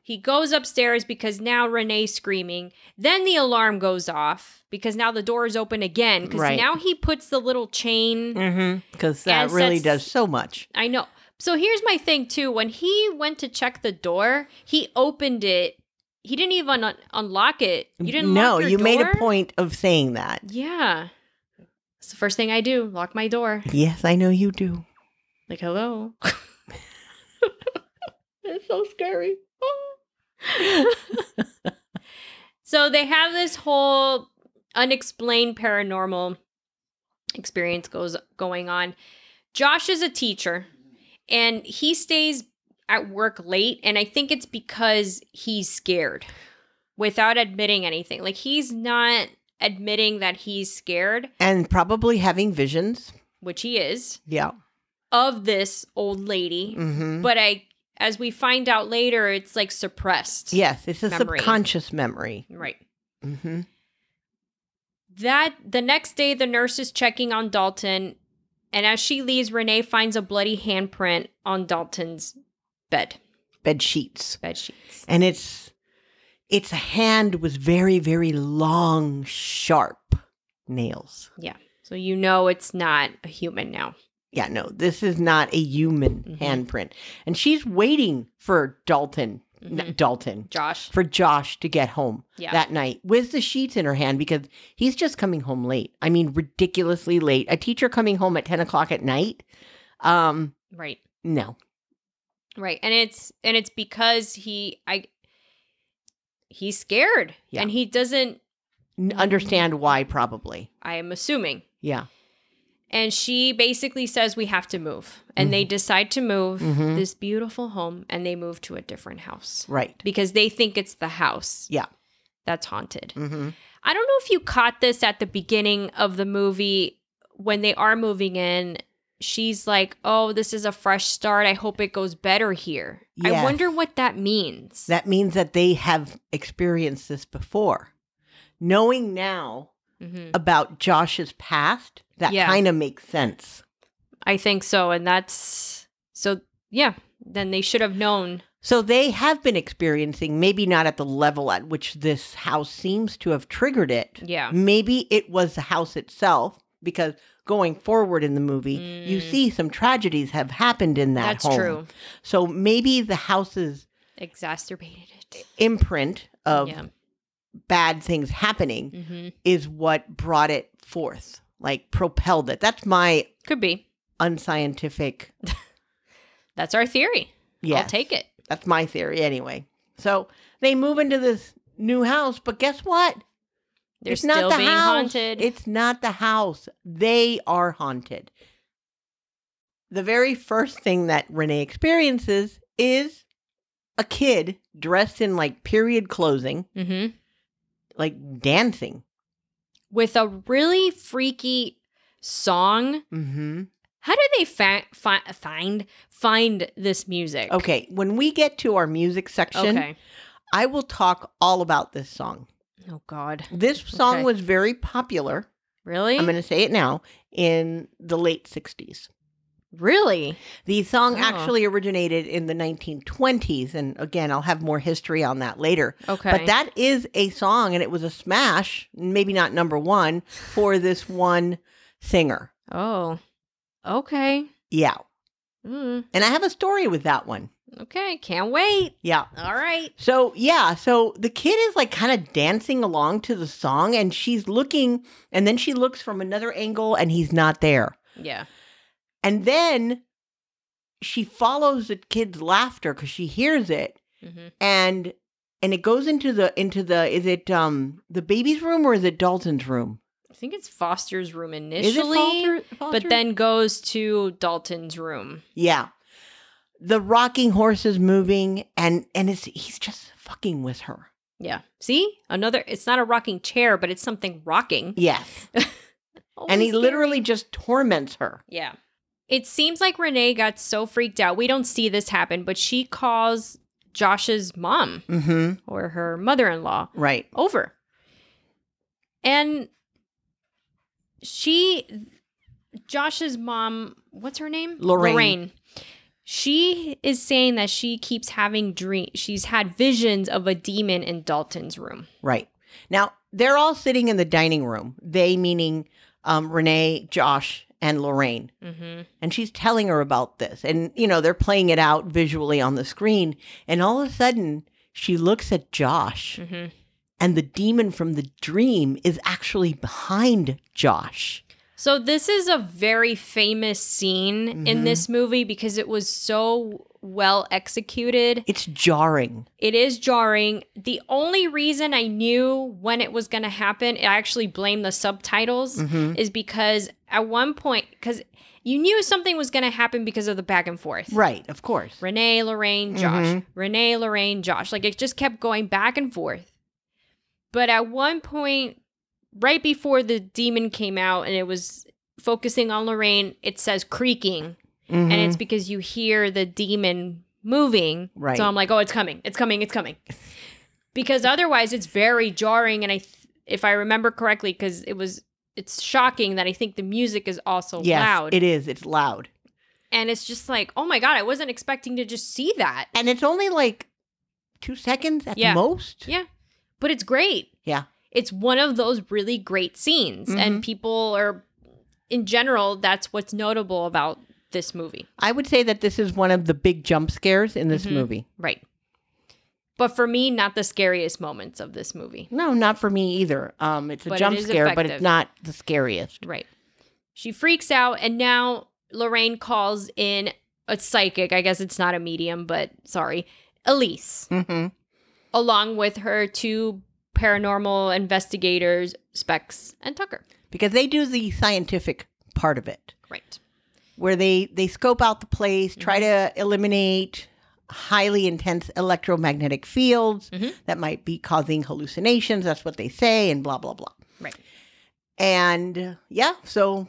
Speaker 1: He goes upstairs because now Renee's screaming. Then the alarm goes off because now the door is open again. Because
Speaker 2: Right.
Speaker 1: now he puts the little chain.
Speaker 2: Mm-hmm. Because that
Speaker 1: And
Speaker 2: really
Speaker 1: sets-
Speaker 2: does so much.
Speaker 1: I know. So here's my thing too. When he went to check the door, he opened it. He didn't even un- unlock it. You didn't.
Speaker 2: No,
Speaker 1: lock your
Speaker 2: you made
Speaker 1: door?
Speaker 2: a point of saying that.
Speaker 1: Yeah, it's the first thing I do. Lock my door.
Speaker 2: Yes, I know you do.
Speaker 1: Like hello. [laughs]
Speaker 2: It's so scary.
Speaker 1: So they have this whole unexplained paranormal experience goes going on. Josh is a teacher and he stays at work late and I think it's because he's scared without admitting anything. Like he's not admitting that he's scared,
Speaker 2: and probably having visions.
Speaker 1: which he is,
Speaker 2: Yeah.
Speaker 1: of this old lady.
Speaker 2: Mm-hmm.
Speaker 1: But I as we find out later, it's like suppressed.
Speaker 2: Yes, it's a
Speaker 1: Memory.
Speaker 2: subconscious memory.
Speaker 1: Right.
Speaker 2: Mm-hmm.
Speaker 1: That the next day, the nurse is checking on Dalton, and as she leaves, Renee finds a bloody handprint on Dalton's bed
Speaker 2: Bed sheets,
Speaker 1: bed sheets.
Speaker 2: and it's its hand was very, very long, sharp nails.
Speaker 1: So you know it's not a human now.
Speaker 2: Yeah, no, this is not a human
Speaker 1: Mhm.
Speaker 2: handprint, and she's waiting for Dalton, n-
Speaker 1: Mhm.
Speaker 2: Dalton,
Speaker 1: Josh,
Speaker 2: for Josh to get home
Speaker 1: yeah,
Speaker 2: Mm-hmm. that night with the sheets in her hand because he's just coming home late. I mean, ridiculously late. A teacher coming home at ten o'clock at night. Um,
Speaker 1: right,
Speaker 2: no,
Speaker 1: right, and it's and it's because he I he's scared
Speaker 2: Yeah.
Speaker 1: and he doesn't.
Speaker 2: N- understand why probably.
Speaker 1: I am assuming,
Speaker 2: Yeah.
Speaker 1: and she basically says we have to move, and
Speaker 2: Mm-hmm.
Speaker 1: they decide to move
Speaker 2: Mhm.
Speaker 1: this beautiful home, and they move to a different house.
Speaker 2: Right.
Speaker 1: because they think it's the house.
Speaker 2: Yeah.
Speaker 1: That's haunted.
Speaker 2: Mm-hmm.
Speaker 1: I don't know if you caught this at the beginning of the movie when they are moving in. She's like, "Oh, this is a fresh start. I hope it goes better here." I
Speaker 2: Yes.
Speaker 1: wonder what that means.
Speaker 2: That means that they have experienced this before. Knowing now
Speaker 1: Mhm.
Speaker 2: about Josh's past, that
Speaker 1: Yeah.
Speaker 2: kind of makes sense.
Speaker 1: I think so, and that's so. Yeah, then they should have known.
Speaker 2: So they have been experiencing, maybe not at the level at which this house seems to have triggered it.
Speaker 1: Yeah,
Speaker 2: Maybe it was the house itself, because going forward in the movie, you
Speaker 1: Mm.
Speaker 2: see some tragedies have happened in that
Speaker 1: that's
Speaker 2: home.
Speaker 1: true.
Speaker 2: So maybe the house's
Speaker 1: Exacerbated it.
Speaker 2: imprint of
Speaker 1: yeah,
Speaker 2: bad things happening
Speaker 1: hmm
Speaker 2: is what brought it forth, like propelled it. That's my
Speaker 1: Could be.
Speaker 2: unscientific.
Speaker 1: That's our theory.
Speaker 2: Yeah,
Speaker 1: I'll take it.
Speaker 2: that's my theory anyway. So they move into this new house, but guess what?
Speaker 1: They're
Speaker 2: it's
Speaker 1: still
Speaker 2: not the
Speaker 1: being
Speaker 2: house.
Speaker 1: haunted.
Speaker 2: It's not the house. They are haunted. The very first thing that Renee experiences is a kid dressed in like period clothing,
Speaker 1: hmm
Speaker 2: like dancing.
Speaker 1: With a really freaky song.
Speaker 2: Mm-hmm.
Speaker 1: How do they fa- fi- find find this music?
Speaker 2: Okay, when we get to our music section,
Speaker 1: Okay.
Speaker 2: I will talk all about this song.
Speaker 1: Oh God.
Speaker 2: This song
Speaker 1: Okay. Eh?
Speaker 2: was very popular.
Speaker 1: Really?
Speaker 2: I'm going to say it now in the late 60s.
Speaker 1: really?
Speaker 2: The song
Speaker 1: Oh.
Speaker 2: actually originated in the 1920s and again, I'll have more history on that later.
Speaker 1: Okay.
Speaker 2: But that is a song and it was a smash, maybe not number 1 for this one singer.
Speaker 1: Oh. Okay.
Speaker 2: Yeah.
Speaker 1: Mm,
Speaker 2: And I have a story with that one.
Speaker 1: okay. Can't wait.
Speaker 2: Yeah.
Speaker 1: All right.
Speaker 2: So, yeah, so the kid is like kind of dancing along to the song and she's looking, and then she looks from another angle and he's not there.
Speaker 1: Yeah.
Speaker 2: And then she follows the kid's laughter because she hears it
Speaker 1: hmm
Speaker 2: and and it goes into the into the is it um the baby's room or is it Dalton's room?
Speaker 1: I think it's Foster's room initially,
Speaker 2: Is it Falter-
Speaker 1: but
Speaker 2: Falter?
Speaker 1: then goes to Dalton's room.
Speaker 2: yeah, the rocking horse is moving and and it's he's just fucking with her.
Speaker 1: Yeah. See? Another it's not a rocking chair, but it's something rocking. [laughs]
Speaker 2: Yes, and he literally just torments her.
Speaker 1: Yeah. It seems like Renee got so freaked out. We don't see this happen, but she calls Josh's mom
Speaker 2: Mm-hmm.
Speaker 1: or her mother in law
Speaker 2: Right.
Speaker 1: over. And she, Josh's mom, what's her name?
Speaker 2: Lorraine.
Speaker 1: She is saying that she keeps having dream. She's had visions of a demon in Dalton's room.
Speaker 2: Right. Now, they're all sitting in the dining room. They meaning um, Renee, Josh, and Lorraine.
Speaker 1: Mm-hmm.
Speaker 2: And she's telling her about this. And, you know, they're playing it out visually on the screen. And all of a sudden, she looks at Josh,
Speaker 1: Mm-hmm.
Speaker 2: and the demon from the dream is actually behind Josh.
Speaker 1: So this is a very famous scene in
Speaker 2: Mhm.
Speaker 1: this movie because it was so well executed.
Speaker 2: It's jarring.
Speaker 1: It is jarring. The only reason I knew when it was going to happen, I actually blame the subtitles,
Speaker 2: Mhm.
Speaker 1: is because at one point, because you knew something was going to happen because of the back and forth.
Speaker 2: Right, of course.
Speaker 1: Renee, Lorraine, Josh.
Speaker 2: Mhm.
Speaker 1: Renee, Lorraine, Josh. Like it just kept going back and forth. But at one point, right before the demon came out and it was focusing on Lorraine, it says creaking. And
Speaker 2: Mhm.
Speaker 1: it's because you hear the demon moving.
Speaker 2: Right.
Speaker 1: So I'm like, oh, it's coming. It's coming. It's coming. because otherwise, it's very jarring. And I, th- if I remember correctly, because it was. It's shocking that I think the music is also
Speaker 2: yes,
Speaker 1: loud.
Speaker 2: it is. It's loud.
Speaker 1: and it's just like, oh my God, I wasn't expecting to just see that.
Speaker 2: And it's only like two seconds at the
Speaker 1: Yeah.
Speaker 2: most.
Speaker 1: Yeah. But it's great.
Speaker 2: Yeah.
Speaker 1: It's one of those really great scenes. And people are, in general, that's what's notable about this movie.
Speaker 2: I would say that this is one of the big jump scares in this
Speaker 1: Mhm.
Speaker 2: movie.
Speaker 1: Right. But for me, not the scariest moments of this movie.
Speaker 2: No, not for me either. Um, it's a
Speaker 1: But it
Speaker 2: jump
Speaker 1: is
Speaker 2: scare, but
Speaker 1: effective.
Speaker 2: it's not the scariest.
Speaker 1: Right. She freaks out. And now Lorraine calls in a psychic. I guess it's not a medium, but sorry. Elise,
Speaker 2: Mm-hmm.
Speaker 1: along with her two paranormal investigators, Specs and Tucker.
Speaker 2: Because they do the scientific part of it,
Speaker 1: Right.
Speaker 2: where they they scope out the place, try
Speaker 1: Mm-hmm.
Speaker 2: to eliminate highly intense electromagnetic fields
Speaker 1: Mhm.
Speaker 2: that might be causing hallucinations. That's what they say, and blah blah blah.
Speaker 1: Right.
Speaker 2: And uh, yeah, so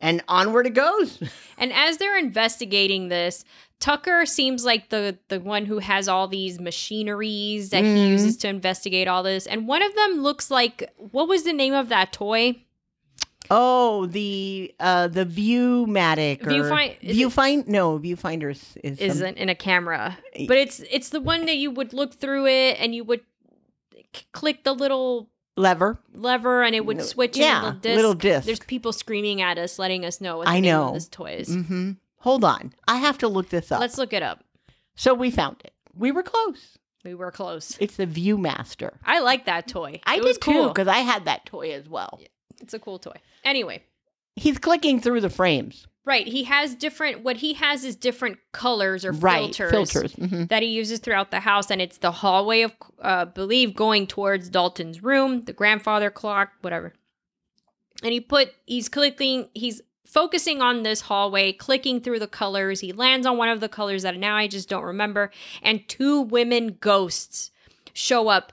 Speaker 2: and onward it goes.
Speaker 1: And as they're investigating this, Tucker seems like the the one who has all these machineries that he
Speaker 2: Mhm.
Speaker 1: uses to investigate all this. And one of them looks like what was the name of that toy?
Speaker 2: Oh, the uh the viewmatic or
Speaker 1: Viewfind- is it-
Speaker 2: viewfind no viewfinder is, is some- E
Speaker 1: Isn't in a camera, but it's it's the one that you would look through it and you would c- click the little
Speaker 2: lever.
Speaker 1: lever and it would switch.
Speaker 2: yeah,
Speaker 1: in the
Speaker 2: little
Speaker 1: little disc.
Speaker 2: disc.
Speaker 1: There's people screaming at us, letting us know what the
Speaker 2: I
Speaker 1: name of
Speaker 2: know.
Speaker 1: this toy is.
Speaker 2: hmm Hold on, I have to look this up.
Speaker 1: Let's look it up.
Speaker 2: so we found it. We were close.
Speaker 1: We were close.
Speaker 2: It's the Viewmaster.
Speaker 1: I like that toy.
Speaker 2: I
Speaker 1: it
Speaker 2: did
Speaker 1: was
Speaker 2: too
Speaker 1: cool.
Speaker 2: because I had that toy as well.
Speaker 1: It's a cool toy. Anyway,
Speaker 2: He's clicking through the frames.
Speaker 1: right. He has different, what he has is different colors or
Speaker 2: right.
Speaker 1: filters.
Speaker 2: Filters. hmm
Speaker 1: that he uses throughout the house, and it's the hallway of uh, believe going towards Dalton's room, the grandfather clock, whatever. And he put he's clicking he's focusing on this hallway, clicking through the colors. He lands on one of the colors that now I just don't remember, and two women ghosts show up.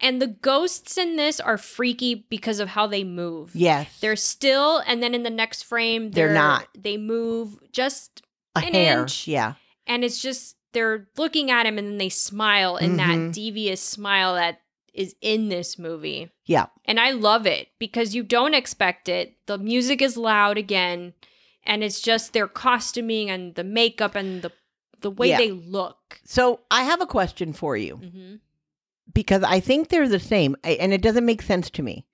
Speaker 1: And the ghosts in this are freaky because of how they move.
Speaker 2: Yes.
Speaker 1: They're still, and then in the next frame,
Speaker 2: They're not.
Speaker 1: They move just
Speaker 2: a
Speaker 1: an
Speaker 2: hair.
Speaker 1: inch.
Speaker 2: Yeah.
Speaker 1: and it's just they're looking at him and then they smile in
Speaker 2: Mhm.
Speaker 1: that devious smile that is in this movie.
Speaker 2: Yeah.
Speaker 1: And I love it because you don't expect it. The music is loud again and it's just their costuming and the makeup and the the way
Speaker 2: Yeah.
Speaker 1: they look.
Speaker 2: So I have a question for you
Speaker 1: Mhm.
Speaker 2: because I think they're the same, I, and it doesn't make sense to me.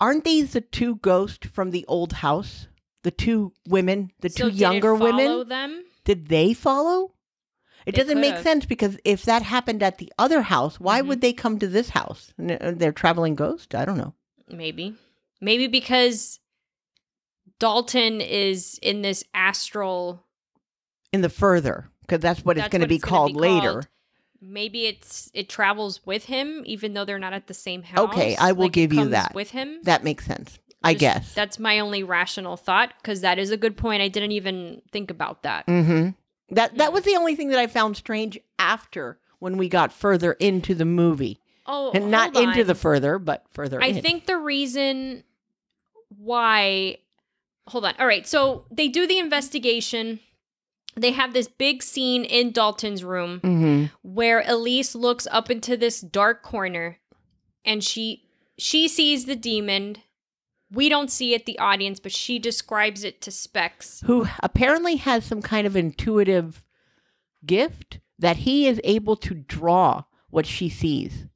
Speaker 2: Aren't these the two ghosts from the old house? The two women, the
Speaker 1: So
Speaker 2: two
Speaker 1: did it
Speaker 2: younger
Speaker 1: follow
Speaker 2: women.
Speaker 1: them?
Speaker 2: Did they follow? It
Speaker 1: They
Speaker 2: doesn't make
Speaker 1: could've.
Speaker 2: sense because if that happened at the other house, why
Speaker 1: Mhm.
Speaker 2: would they come to this house? N- uh, They're traveling ghost. I don't know.
Speaker 1: Maybe. Maybe because Dalton is in this astral
Speaker 2: In the further, because that's what it's
Speaker 1: That's
Speaker 2: going to
Speaker 1: what
Speaker 2: be
Speaker 1: it's gonna
Speaker 2: called
Speaker 1: be
Speaker 2: later.
Speaker 1: called. maybe it's it travels with him even though they're not at the same house
Speaker 2: Okay, I will
Speaker 1: Like, it
Speaker 2: give you
Speaker 1: comes
Speaker 2: that.
Speaker 1: with him
Speaker 2: That makes sense, I
Speaker 1: Just-
Speaker 2: guess.
Speaker 1: that's my only rational thought because that is a good point i didn't even think about that
Speaker 2: hmm That that
Speaker 1: Mm.
Speaker 2: was the only thing that I found strange after when we got further into the movie,
Speaker 1: oh
Speaker 2: and not
Speaker 1: hold
Speaker 2: into
Speaker 1: on.
Speaker 2: the further, but further.
Speaker 1: i
Speaker 2: in.
Speaker 1: think the reason why hold on all right so they do the investigation they have this big scene in dalton's room
Speaker 2: Mhm.
Speaker 1: where Elise looks up into this dark corner and she she sees the demon. We don't see it the audience, but she describes it to Specs.
Speaker 2: who apparently has some kind of intuitive gift that he is able to draw what she sees.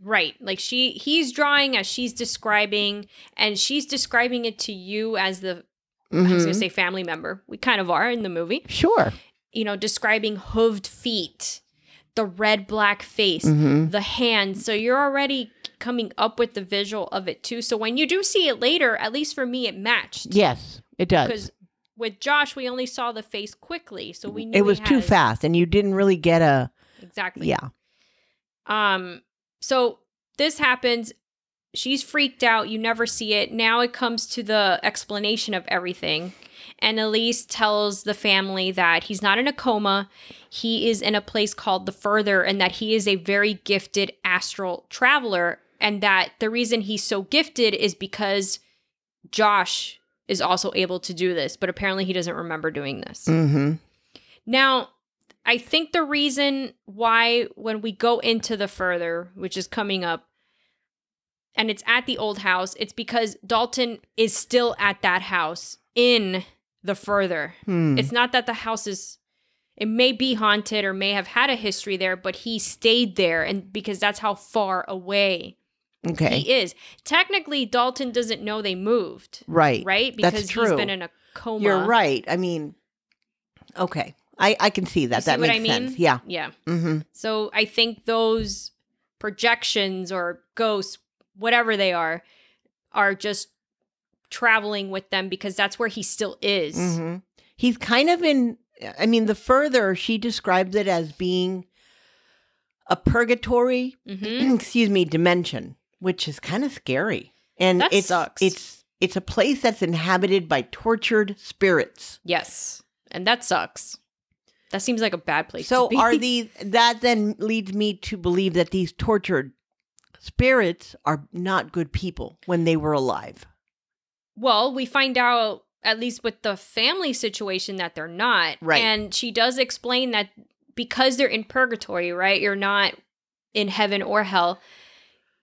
Speaker 1: Right. Like she he's drawing as she's describing and she's describing it to you as the I was
Speaker 2: Mhm.
Speaker 1: going to say family member. We kind of are in the movie.
Speaker 2: Sure.
Speaker 1: You know, describing hooved feet, the red black face,
Speaker 2: Mhm.
Speaker 1: the hands. So you're already coming up with the visual of it too. So when you do see it later, at least for me it matched.
Speaker 2: Yes, it does.
Speaker 1: because with Josh we only saw the face quickly, so we knew he
Speaker 2: It was too
Speaker 1: had-
Speaker 2: fast, and you didn't really get a
Speaker 1: Exactly.
Speaker 2: yeah.
Speaker 1: Um. So this happens. She's freaked out. You never see it. Now it comes to the explanation of everything. And Elise tells the family that he's not in a coma. He is in a place called the Further, and that he is a very gifted astral traveler. And that the reason he's so gifted is because Josh is also able to do this, but apparently he doesn't remember doing this.
Speaker 2: hmm
Speaker 1: Now, I think the reason why when we go into the further, which is coming up, and it's at the old house, it's because Dalton is still at that house in the further.
Speaker 2: Hmm.
Speaker 1: It's not that the house is it may be haunted or may have had a history there, but he stayed there and because that's how far away [laughs]
Speaker 2: Okay.
Speaker 1: he is. Technically, Dalton doesn't know they moved,
Speaker 2: Right.
Speaker 1: right?
Speaker 2: That's
Speaker 1: Because
Speaker 2: true.
Speaker 1: he's been in a coma.
Speaker 2: You're right. I mean, okay. I, I can see that.
Speaker 1: see
Speaker 2: that
Speaker 1: what
Speaker 2: makes
Speaker 1: I mean?
Speaker 2: sense. Yeah.
Speaker 1: Yeah.
Speaker 2: hmm
Speaker 1: So I think those projections or ghosts, whatever they are, are just traveling with them because that's where he still is.
Speaker 2: hmm He's kind of in, I mean, the further she describes it as being a purgatory, [clears throat]
Speaker 1: Mhm.
Speaker 2: excuse me, dimension, which is kind of scary. And
Speaker 1: That
Speaker 2: it's,
Speaker 1: sucks.
Speaker 2: it's, it's a place that's inhabited by tortured spirits.
Speaker 1: Yes. And that sucks. That seems like a bad place
Speaker 2: so
Speaker 1: to [laughs] be.
Speaker 2: are these, that then leads me to believe that these tortured spirits are not good people when they were alive.
Speaker 1: Well, we find out at least with the family situation that they're not.
Speaker 2: Right.
Speaker 1: And she does explain that because they're in purgatory, right? You're not in heaven or hell.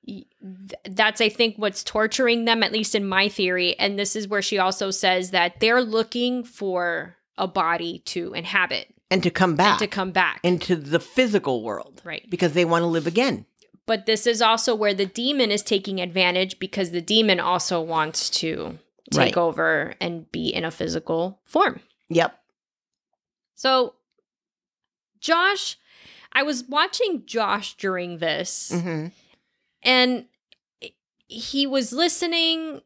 Speaker 1: y- th- That's I think what's torturing them at least in my theory and this is where she also says that they're looking for a body to inhabit
Speaker 2: And to come
Speaker 1: and
Speaker 2: back.
Speaker 1: to come back.
Speaker 2: into the physical world
Speaker 1: right.
Speaker 2: because they want to live again.
Speaker 1: But this is also where the demon is taking advantage because the demon also wants to take
Speaker 2: Right.
Speaker 1: over and be in a physical form.
Speaker 2: Yep.
Speaker 1: So, Josh, I was watching Josh during this,
Speaker 2: hmm
Speaker 1: and he was listening,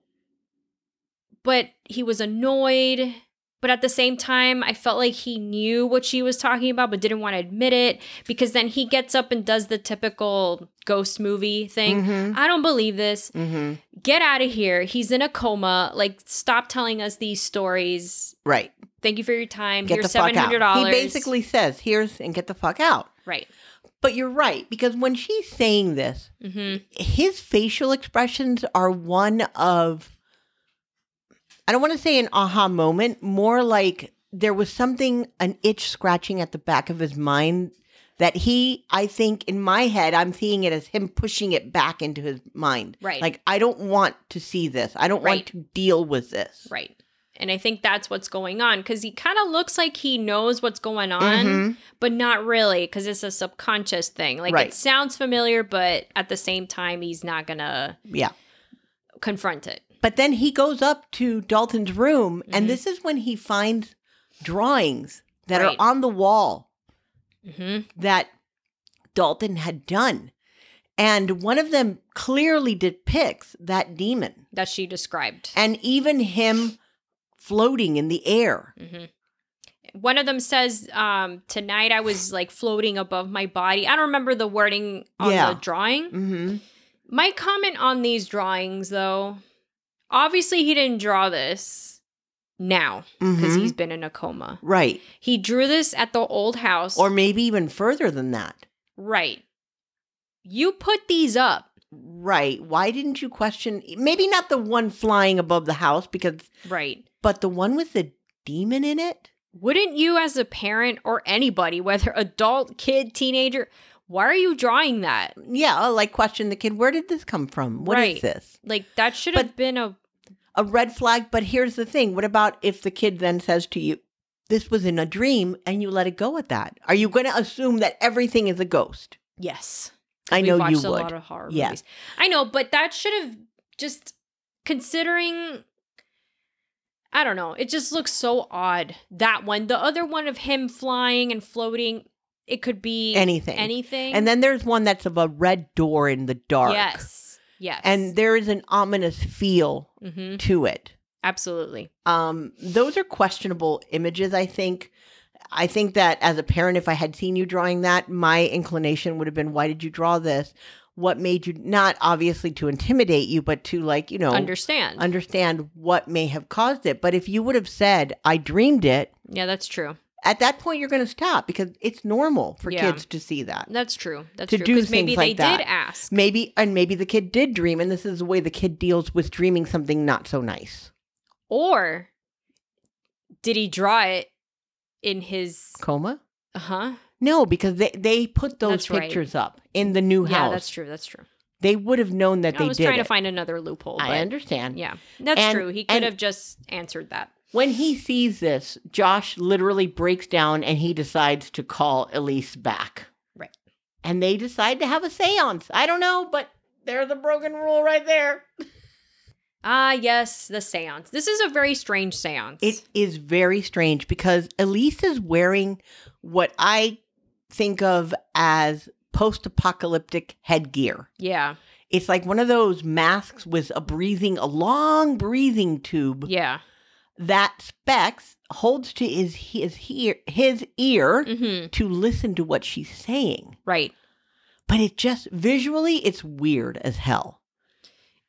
Speaker 1: but he was annoyed. But at the same time, I felt like he knew what she was talking about, but didn't want to admit it because then he gets up and does the typical ghost movie thing.
Speaker 2: hmm
Speaker 1: I don't believe this.
Speaker 2: hmm
Speaker 1: Get out of here. He's in a coma. Like, stop telling us these stories.
Speaker 2: Right.
Speaker 1: Thank you for your time.
Speaker 2: Get
Speaker 1: Here's
Speaker 2: the fuck
Speaker 1: seven
Speaker 2: out.
Speaker 1: hundred dollars.
Speaker 2: He basically says, "Here's and get the fuck out."
Speaker 1: right.
Speaker 2: But you're right because when she's saying this,
Speaker 1: hmm
Speaker 2: his facial expressions are one of I don't want to say an aha moment, more like there was something an itch scratching at the back of his mind that he I think in my head I'm seeing it as him pushing it back into his mind.
Speaker 1: Right.
Speaker 2: Like I don't want to see this. I don't
Speaker 1: Right.
Speaker 2: want to deal with this.
Speaker 1: Right. And I think that's what's going on because he kind of looks like he knows what's going on,
Speaker 2: Mhm.
Speaker 1: but not really because it's a subconscious thing. Like
Speaker 2: Right.
Speaker 1: it sounds familiar, but at the same time, he's not going to
Speaker 2: Yeah.
Speaker 1: confront it.
Speaker 2: But then he goes up to Dalton's room
Speaker 1: Mhm.
Speaker 2: and this is when he finds drawings that
Speaker 1: Right.
Speaker 2: are on the wall
Speaker 1: hmm
Speaker 2: that Dalton had done. And one of them clearly depicts that demon
Speaker 1: That she described.
Speaker 2: and even him floating in the air.
Speaker 1: hmm One of them says, um, Tonight I was like floating above my body. I don't remember the wording on
Speaker 2: Yeah.
Speaker 1: the drawing.
Speaker 2: Mm-hmm.
Speaker 1: My comment on these drawings, though, obviously he didn't draw this now because he's been in a coma.
Speaker 2: Mm-hmm. right.
Speaker 1: He drew this at the old house.
Speaker 2: Or maybe even further than that.
Speaker 1: right. You put these up.
Speaker 2: Right. Why didn't you question? e, Maybe not the one flying above the house, because,
Speaker 1: Right.
Speaker 2: but the one with the demon in it?
Speaker 1: Wouldn't you as a parent or anybody, whether adult, kid, teenager, why are you drawing that?
Speaker 2: Yeah. Like, question the kid, where did this come from? What is
Speaker 1: Right.
Speaker 2: this?
Speaker 1: Like that should have been a
Speaker 2: a red flag. But here's the thing: what about if the kid then says to you, "This was in a dream," and you let it go at that? Are you going to assume that everything is a ghost?
Speaker 1: yes.
Speaker 2: I know
Speaker 1: We've watched
Speaker 2: you
Speaker 1: a
Speaker 2: would.
Speaker 1: lot of horror
Speaker 2: Yeah.
Speaker 1: movies. I know, but that should have just considering I don't know. It just looks so odd. That one. The other one of him flying and floating, it could be
Speaker 2: anything.
Speaker 1: anything.
Speaker 2: And then there's one that's of a red door in the dark.
Speaker 1: Yes. Yes.
Speaker 2: And there is an ominous feel
Speaker 1: hmm
Speaker 2: to it.
Speaker 1: absolutely.
Speaker 2: Um, those are questionable images, I think. I think that as a parent, if I had seen you drawing that, my inclination would have been, why did you draw this? What made you not obviously to intimidate you, but to like, you know,
Speaker 1: Understand.
Speaker 2: understand what may have caused it. But if you would have said, I dreamed it,
Speaker 1: yeah, that's true.
Speaker 2: at that point, you're going to stop because it's normal for
Speaker 1: Yeah.
Speaker 2: kids to see that.
Speaker 1: That's true. That's
Speaker 2: To
Speaker 1: true.
Speaker 2: do
Speaker 1: 'Cause maybe
Speaker 2: things
Speaker 1: they
Speaker 2: like that.
Speaker 1: did ask.
Speaker 2: Maybe, and maybe the kid did dream, and this is the way the kid deals with dreaming something not so nice.
Speaker 1: Or did he draw it in his
Speaker 2: Coma?
Speaker 1: uh huh?
Speaker 2: No, because they, they put those
Speaker 1: That's right.
Speaker 2: pictures up in the new
Speaker 1: Yeah,
Speaker 2: house.
Speaker 1: that's true. That's true.
Speaker 2: They would have known that
Speaker 1: I
Speaker 2: they
Speaker 1: was
Speaker 2: did.
Speaker 1: trying
Speaker 2: it.
Speaker 1: to find another loophole.
Speaker 2: I
Speaker 1: but
Speaker 2: understand.
Speaker 1: Yeah. That's
Speaker 2: And-
Speaker 1: true. He could
Speaker 2: and-
Speaker 1: have just answered that.
Speaker 2: When he sees this, Josh literally breaks down and he decides to call Elise back.
Speaker 1: Right.
Speaker 2: And they decide to have a seance. I don't know, but there's a broken rule right there.
Speaker 1: Ah, yes, the seance. This is a very strange seance.
Speaker 2: It is very strange because Elise is wearing what I think of as post apocalyptic headgear.
Speaker 1: yeah.
Speaker 2: It's like one of those masks with a breathing, a long breathing tube
Speaker 1: Yeah.
Speaker 2: that Specs holds to his, his, ear, his ear
Speaker 1: hmm
Speaker 2: to listen to what she's saying.
Speaker 1: Right.
Speaker 2: But it just visually, it's weird as hell.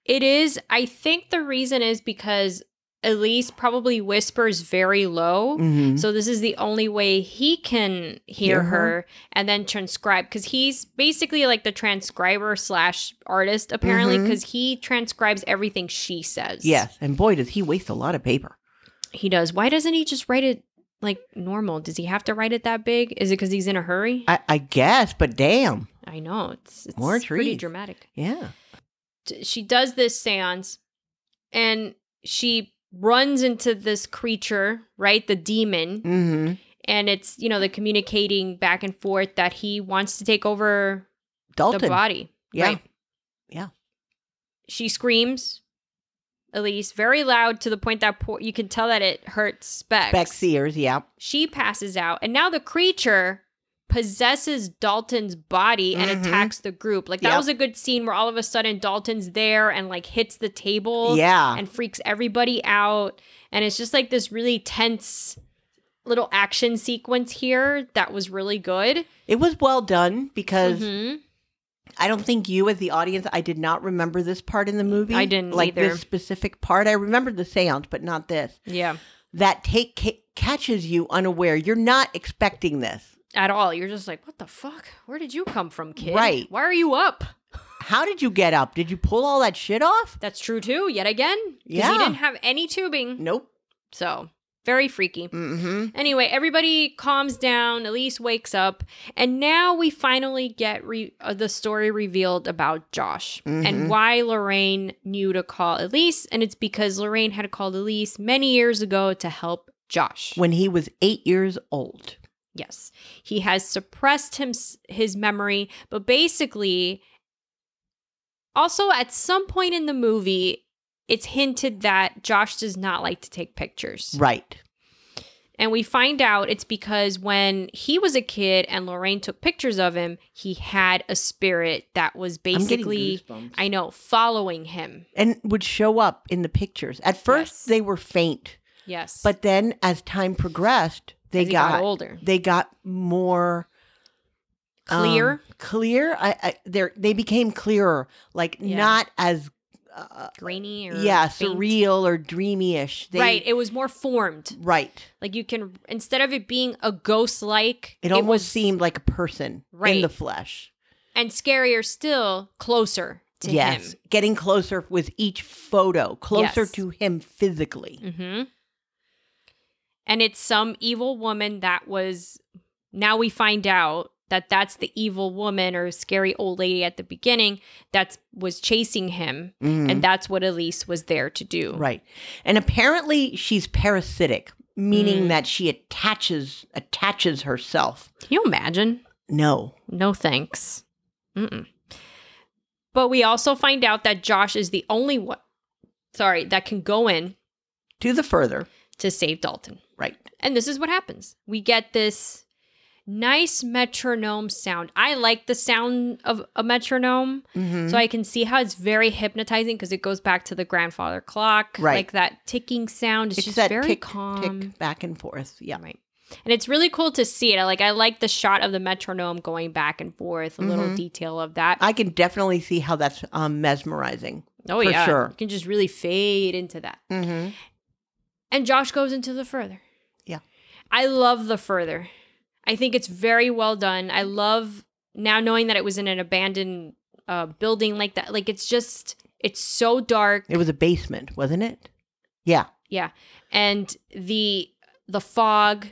Speaker 1: It is. I think the reason is because Elise probably whispers very low.
Speaker 2: Mm-hmm.
Speaker 1: So this is the only way he can hear
Speaker 2: Hear
Speaker 1: her,
Speaker 2: her.
Speaker 1: and then transcribe because he's basically like the transcriber slash artist apparently
Speaker 2: Mhm.
Speaker 1: because he transcribes everything she says.
Speaker 2: Yes. And boy, does he waste a lot of paper.
Speaker 1: he does. Why doesn't he just write it like normal? Does he have to write it that big? Is it because he's in a hurry? I,
Speaker 2: I, I guess, but damn.
Speaker 1: know it's it's
Speaker 2: More
Speaker 1: pretty
Speaker 2: trees.
Speaker 1: dramatic.
Speaker 2: Yeah.
Speaker 1: t- she does this seance and she runs into this creature right the demon
Speaker 2: Mm-hmm.
Speaker 1: and it's you know the communicating back and forth that he wants to take over
Speaker 2: Dalton.
Speaker 1: the body
Speaker 2: Yeah.
Speaker 1: right
Speaker 2: Yeah.
Speaker 1: she screams elise very loud to the point that poor, you can tell that it hurts specs
Speaker 2: Beck's ears. Yeah.
Speaker 1: she passes out and now the creature possesses Dalton's body and
Speaker 2: Mhm.
Speaker 1: attacks the group. Like that
Speaker 2: Yep.
Speaker 1: was a good scene where all of a sudden Dalton's there and like hits the table
Speaker 2: Yeah.
Speaker 1: and freaks everybody out. And it's just like this really tense little action sequence here that was really good.
Speaker 2: It was well done because
Speaker 1: Mhm.
Speaker 2: I don't think you, as the audience, I did not remember this part in the movie.
Speaker 1: Mm, I didn't
Speaker 2: like
Speaker 1: either.
Speaker 2: this specific part. I remembered the seance, but not this.
Speaker 1: Yeah.
Speaker 2: That take ca- catches you unaware. You're not expecting this.
Speaker 1: At all. You're just like, what the fuck? Where did you come from, kid?
Speaker 2: Right.
Speaker 1: Why are you up?
Speaker 2: How did you get up? Did you pull all that shit off?
Speaker 1: That's true too, yet again. Because
Speaker 2: Yeah.
Speaker 1: he didn't have any tubing.
Speaker 2: Nope.
Speaker 1: So very freaky.
Speaker 2: Mm-hmm.
Speaker 1: Anyway, everybody calms down. Elise wakes up, and now we finally get re- uh, the story revealed about Josh
Speaker 2: Mhm.
Speaker 1: and why Lorraine knew to call Elise, and it's because Lorraine had called Elise many years ago to help Josh.
Speaker 2: When he was eight years old.
Speaker 1: Yes. He has suppressed him his memory, but basically also at some point in the movie it's hinted that Josh does not like to take pictures.
Speaker 2: Right.
Speaker 1: And we find out it's because when he was a kid and Lorraine took pictures of him, he had a spirit that was
Speaker 2: I'm getting
Speaker 1: basically
Speaker 2: goosebumps.
Speaker 1: I know, following him.
Speaker 2: and would show up in the pictures. At first,
Speaker 1: Yes.
Speaker 2: they were faint,
Speaker 1: Yes.
Speaker 2: but then as time progressed, they
Speaker 1: As he
Speaker 2: got,
Speaker 1: older.
Speaker 2: they got more um,
Speaker 1: Clear.
Speaker 2: clear. I, I they they became clearer, like
Speaker 1: Yeah.
Speaker 2: not as uh,
Speaker 1: grainy or
Speaker 2: yeah
Speaker 1: faint.
Speaker 2: surreal or dreamy-ish. They,
Speaker 1: right. It was more formed.
Speaker 2: right.
Speaker 1: Like you can instead of it being a ghost like
Speaker 2: It, almost seemed like a person in the
Speaker 1: Right.
Speaker 2: flesh.
Speaker 1: and scarier still closer to
Speaker 2: yes, getting closer with each photo, closer
Speaker 1: Yes.
Speaker 2: to him physically.
Speaker 1: him. hmm And it's some evil woman that was now we find out that that's the evil woman or scary old lady at the beginning that was chasing him
Speaker 2: Mhm.
Speaker 1: and that's what Elise was there to do.
Speaker 2: Right. And apparently she's parasitic, meaning
Speaker 1: Mm.
Speaker 2: that she attaches attaches herself.
Speaker 1: Can you imagine?
Speaker 2: No.
Speaker 1: No thanks. Mm-mm. But we also find out that Josh is the only one sorry, that can go in
Speaker 2: To the further.
Speaker 1: to save Dalton.
Speaker 2: Right.
Speaker 1: And this is what happens. We get this nice metronome sound. I like the sound of a metronome,
Speaker 2: Mhm.
Speaker 1: so I can see how it's very hypnotizing because it goes back to the grandfather clock.
Speaker 2: Right.
Speaker 1: Like that ticking sound is
Speaker 2: it's
Speaker 1: just
Speaker 2: that
Speaker 1: very
Speaker 2: tick
Speaker 1: calm.
Speaker 2: tick back and forth. Yeah.
Speaker 1: Right. And it's really cool to see it. I like I like the shot of the metronome going back and forth, a little
Speaker 2: Mhm.
Speaker 1: detail of that.
Speaker 2: I can definitely see how that's um, mesmerizing.
Speaker 1: oh
Speaker 2: for
Speaker 1: yeah.
Speaker 2: sure.
Speaker 1: You can just really fade into that.
Speaker 2: Mm-hmm.
Speaker 1: And Josh goes into the further.
Speaker 2: Yeah.
Speaker 1: I love the further. I think it's very well done. I love now knowing that it was in an abandoned uh, building like that. Like it's just, it's so dark
Speaker 2: It was a basement, wasn't it? Yeah.
Speaker 1: and the the fog,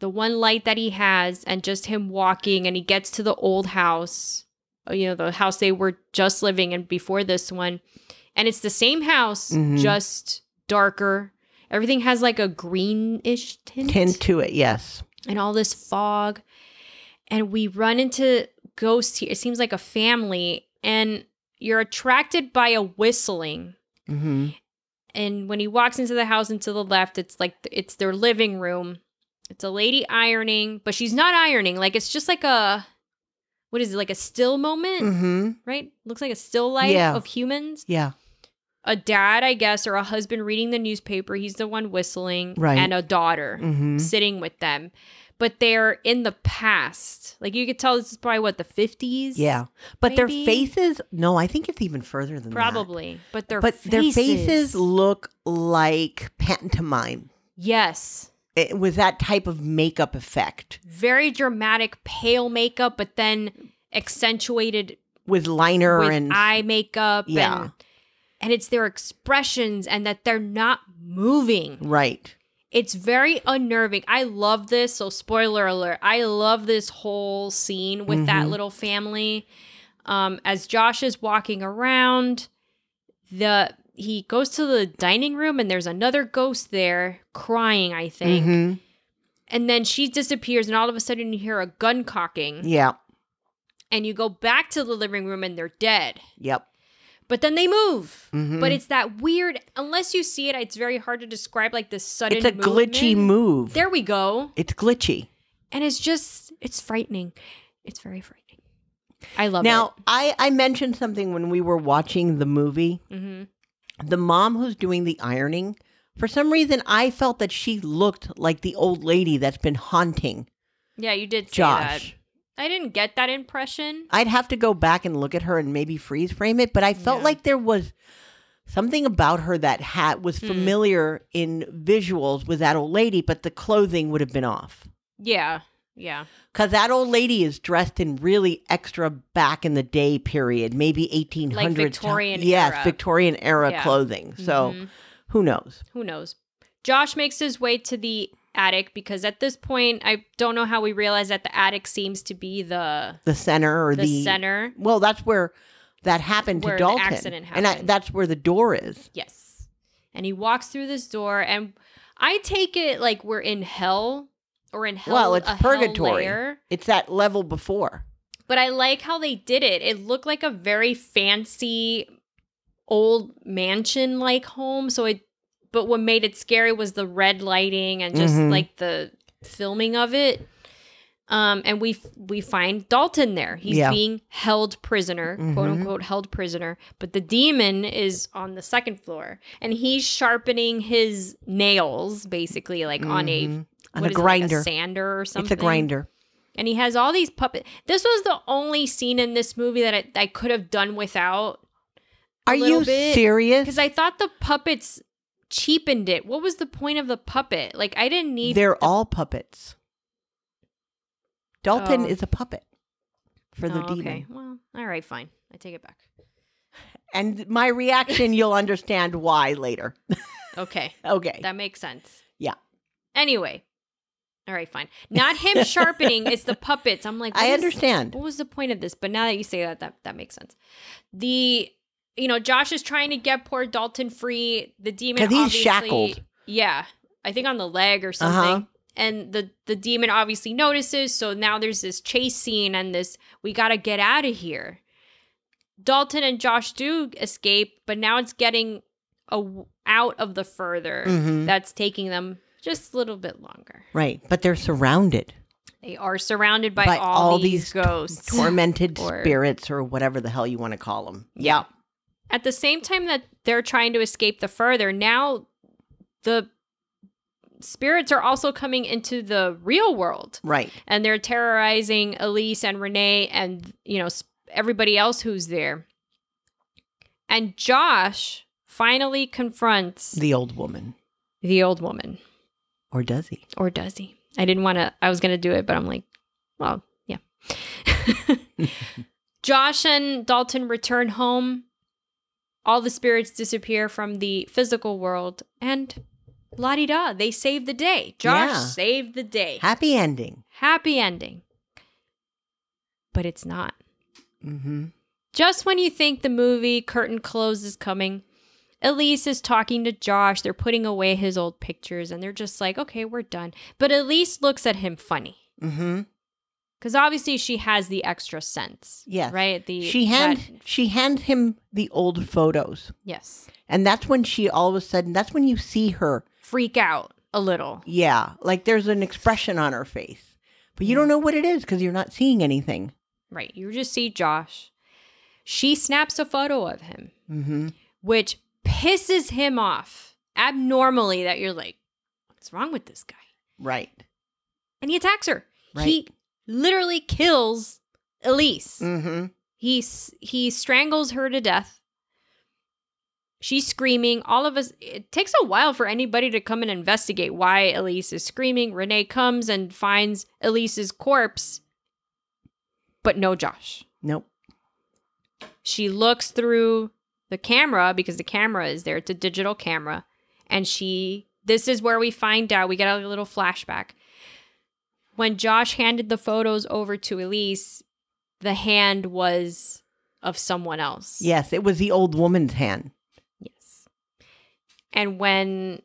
Speaker 1: the one light that he has, and just him walking, and he gets to the old house, uh, you know, the house they were just living in before this one, and it's the same house,
Speaker 2: Mhm.
Speaker 1: just darker. Everything has like a greenish
Speaker 2: Tend to it, yes.
Speaker 1: and all this fog and we run into ghosts here it seems like a family and you're attracted by a whistling
Speaker 2: Mm-hmm.
Speaker 1: and when he walks into the house and to the left it's like it's their living room it's a lady ironing but she's not ironing like it's just like a what is it like a still moment
Speaker 2: Mm-hmm.
Speaker 1: right looks like a still life
Speaker 2: Yeah.
Speaker 1: of humans
Speaker 2: Yeah.
Speaker 1: a dad i guess or a husband reading the newspaper he's the one whistling
Speaker 2: Right.
Speaker 1: and a daughter
Speaker 2: Mm-hmm.
Speaker 1: sitting with them, but they're in the past. Like you could tell this is probably what the 50s?
Speaker 2: Yeah. But their
Speaker 1: Maybe.
Speaker 2: faces, no, I think it's even further than that.
Speaker 1: Probably. But their
Speaker 2: But
Speaker 1: faces.
Speaker 2: their faces look like pantomime.
Speaker 1: Yes.
Speaker 2: it was that type of makeup effect
Speaker 1: Very dramatic pale makeup, but then accentuated
Speaker 2: with liner
Speaker 1: with
Speaker 2: and
Speaker 1: eye makeup.
Speaker 2: Yeah.
Speaker 1: And, and it's their expressions and that they're not moving.
Speaker 2: right
Speaker 1: It's very unnerving. I love this. So, spoiler alert, I love this whole scene with that
Speaker 2: Mhm.
Speaker 1: little family. Um, as Josh is walking around, the he goes to the dining room and there's another ghost there crying, I think.
Speaker 2: Mhm.
Speaker 1: And then she disappears, and all of a sudden you hear a gun cocking,
Speaker 2: yeah
Speaker 1: and you go back to the living room and they're dead.
Speaker 2: yep
Speaker 1: But then they move.
Speaker 2: Mhm.
Speaker 1: But it's that weird, unless you see it, it's very hard to describe like this sudden
Speaker 2: it's a glitchy
Speaker 1: movement.
Speaker 2: move
Speaker 1: There we go.
Speaker 2: it's glitchy
Speaker 1: and it's just it's frightening. It's very frightening. I love
Speaker 2: now, I, I mentioned something when we were watching the movie.
Speaker 1: it. hmm
Speaker 2: The mom who's doing the ironing, for some reason, I felt that she looked like the old lady that's been haunting
Speaker 1: Yeah, you did say
Speaker 2: Josh.
Speaker 1: that. I didn't get that impression.
Speaker 2: I'd have to go back and look at her and maybe freeze frame it, but I felt
Speaker 1: Yeah.
Speaker 2: like there was something about her that hat was
Speaker 1: Hmm.
Speaker 2: familiar in visuals with that old lady, but the clothing would have been off.
Speaker 1: Yeah, yeah,
Speaker 2: Because that old lady is dressed in really extra back in the day period, maybe 1800s.
Speaker 1: Victorian
Speaker 2: Yes,
Speaker 1: era.
Speaker 2: Victorian era
Speaker 1: Yeah.
Speaker 2: clothing. So
Speaker 1: Mhm.
Speaker 2: who knows?
Speaker 1: who knows? Josh makes his way to the attic because at this point, I don't know how we realize that the attic seems to be the
Speaker 2: The center or
Speaker 1: the,
Speaker 2: the,
Speaker 1: center.
Speaker 2: Well, that's where that happened
Speaker 1: Where
Speaker 2: to
Speaker 1: the
Speaker 2: Dalton.
Speaker 1: accident
Speaker 2: And I,
Speaker 1: happened.
Speaker 2: that's where the door is.
Speaker 1: Yes, and he walks through this door, and I take it like we're in hell or in hell.
Speaker 2: Well, it's
Speaker 1: a hell
Speaker 2: purgatory.
Speaker 1: layer.
Speaker 2: It's that level before.
Speaker 1: But I like how they did it. It looked like a very fancy old mansion like home. So it but what made it scary was the red lighting and just
Speaker 2: Mhm.
Speaker 1: like the filming of it. Um and we f- we find Dalton there. He's
Speaker 2: Yeah.
Speaker 1: being held prisoner, quote
Speaker 2: Mhm.
Speaker 1: unquote held prisoner, but the demon is on the second floor and he's sharpening his nails basically like on a
Speaker 2: Mhm.
Speaker 1: what
Speaker 2: on a
Speaker 1: is it, like
Speaker 2: grinder.
Speaker 1: sander or something
Speaker 2: it's a grinder.
Speaker 1: and he has all these puppet. This was the only scene in this movie that I, I could have done without
Speaker 2: Are
Speaker 1: little
Speaker 2: you
Speaker 1: bit,
Speaker 2: serious?
Speaker 1: because I thought the puppets cheapened it. What was the point of the puppet? Like I didn't need.
Speaker 2: They're all puppets. Dalton
Speaker 1: Oh.
Speaker 2: is a puppet for the
Speaker 1: Oh,
Speaker 2: demon.
Speaker 1: Okay, well, all right, fine. I take it back.
Speaker 2: And
Speaker 1: [laughs]
Speaker 2: my reaction, you'll understand why later. [laughs]
Speaker 1: Okay,
Speaker 2: Okay.
Speaker 1: that makes sense.
Speaker 2: Yeah.
Speaker 1: Anyway, all right, fine. Not him sharpening. it's the puppets. I'm like,
Speaker 2: [laughs]
Speaker 1: what
Speaker 2: I
Speaker 1: is-
Speaker 2: understand.
Speaker 1: What was the point of this? But now that you say that, that that makes sense. The you know Josh is trying to get poor Dalton free. The demon
Speaker 2: 'Cause he's
Speaker 1: obviously-
Speaker 2: shackled.
Speaker 1: Yeah, I think on the leg or something.
Speaker 2: Uh-huh.
Speaker 1: And the the demon obviously notices. So now there's this chase scene and this we got to get out of here. Dalton and Josh do escape, but now it's getting a, out of the further
Speaker 2: Mhm.
Speaker 1: that's taking them just a little bit longer.
Speaker 2: Right. But they're surrounded
Speaker 1: They are surrounded by,
Speaker 2: by, all, these, t-
Speaker 1: ghosts.
Speaker 2: tormented
Speaker 1: Or-
Speaker 2: spirits or whatever the hell you want to call them.
Speaker 1: Yeah. At the same time that they're trying to escape the further, now the spirits are also coming into the real world
Speaker 2: Right.
Speaker 1: and they're terrorizing Elise and Renee and, you know, sp- everybody else who's there. And Josh finally confronts the,
Speaker 2: The old woman.
Speaker 1: old woman.
Speaker 2: Or does he?
Speaker 1: Or does he? I didn't want to, I was going to do it, but I'm like, well, yeah. Josh and Dalton return home. All the spirits disappear from the physical world, and la di da, they save the day. Josh
Speaker 2: Yeah.
Speaker 1: saved the day.
Speaker 2: Happy ending.
Speaker 1: Happy ending. But it's not.
Speaker 2: Mm-hmm.
Speaker 1: Just when you think the movie Curtain Close is coming, Elise is talking to Josh. They're putting away his old pictures, and they're just like, okay, we're done. But Elise looks at him funny.
Speaker 2: Mm-hmm.
Speaker 1: Because obviously she has the extra sense.
Speaker 2: Yes.
Speaker 1: Right? The
Speaker 2: She hand
Speaker 1: that-
Speaker 2: she hands him the old photos.
Speaker 1: yes.
Speaker 2: And that's when she all of a sudden that's when you see her
Speaker 1: Freak out a little.
Speaker 2: Yeah, like there's an expression on her face, but you
Speaker 1: Yeah.
Speaker 2: don't know what it is because you're not seeing anything.
Speaker 1: Right. You just see Josh. She snaps a photo of him,
Speaker 2: Mm-hmm.
Speaker 1: which pisses him off abnormally that you're like, what's wrong with this guy?
Speaker 2: Right.
Speaker 1: And he attacks her.
Speaker 2: Right.
Speaker 1: He literally kills Elise.
Speaker 2: Mm-hmm.
Speaker 1: He s- he strangles her to death. She's screaming. All of us. It takes a while for anybody to come and investigate why Elise is screaming. Renee comes and finds Elise's corpse, but no Josh.
Speaker 2: Nope.
Speaker 1: She looks through the camera because the camera is there. It's a digital camera, and she. This is where we find out. We get a little flashback when Josh handed the photos over to Elise. The hand was of someone else.
Speaker 2: Yes, it was the old woman's hand.
Speaker 1: Yes. And when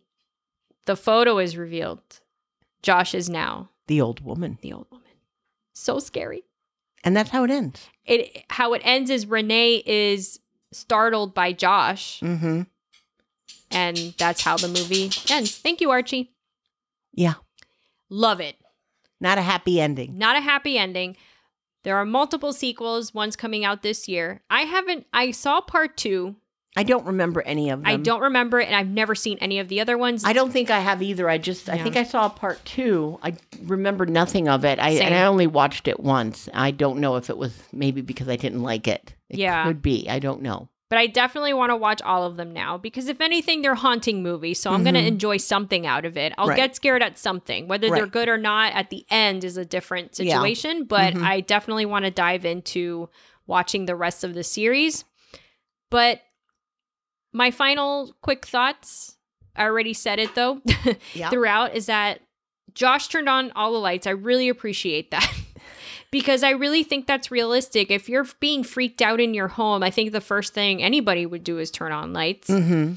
Speaker 1: the photo is revealed, Josh is now
Speaker 2: The old woman,
Speaker 1: the old woman. So scary.
Speaker 2: and that's how it ends.
Speaker 1: It how it ends is Renee is startled by Josh,
Speaker 2: Mm-hmm.
Speaker 1: and that's how the movie ends. Thank you, Archie.
Speaker 2: Yeah.
Speaker 1: Love it.
Speaker 2: Not a happy ending.
Speaker 1: Not a happy ending. There are multiple sequels. One's coming out this year. I haven't. I saw part two.
Speaker 2: I don't remember any of them.
Speaker 1: I don't remember it, and I've never seen any of the other ones.
Speaker 2: I don't think I have either. I just I
Speaker 1: Yeah.
Speaker 2: think I saw part two. I remember nothing of it. I
Speaker 1: Same.
Speaker 2: and I only watched it once. I don't know if it was maybe because I didn't like it. it
Speaker 1: Yeah.
Speaker 2: could be. I don't know.
Speaker 1: but I definitely want to watch all of them now because if anything, they're haunting movies, so I'm going to
Speaker 2: Mhm.
Speaker 1: enjoy something out of it. I'll
Speaker 2: Right.
Speaker 1: get scared at something, whether they're
Speaker 2: Right.
Speaker 1: good or not. At the end is a different
Speaker 2: Yeah.
Speaker 1: situation, but
Speaker 2: Mhm.
Speaker 1: I definitely want to dive into watching the rest of the series. But my final quick thoughts. I already said it though.
Speaker 2: Yeah,
Speaker 1: throughout is that Josh turned on all the lights. I really appreciate that [laughs] because I really think that's realistic. If you're being freaked out in your home, I think the first thing anybody would do is turn on lights.
Speaker 2: hmm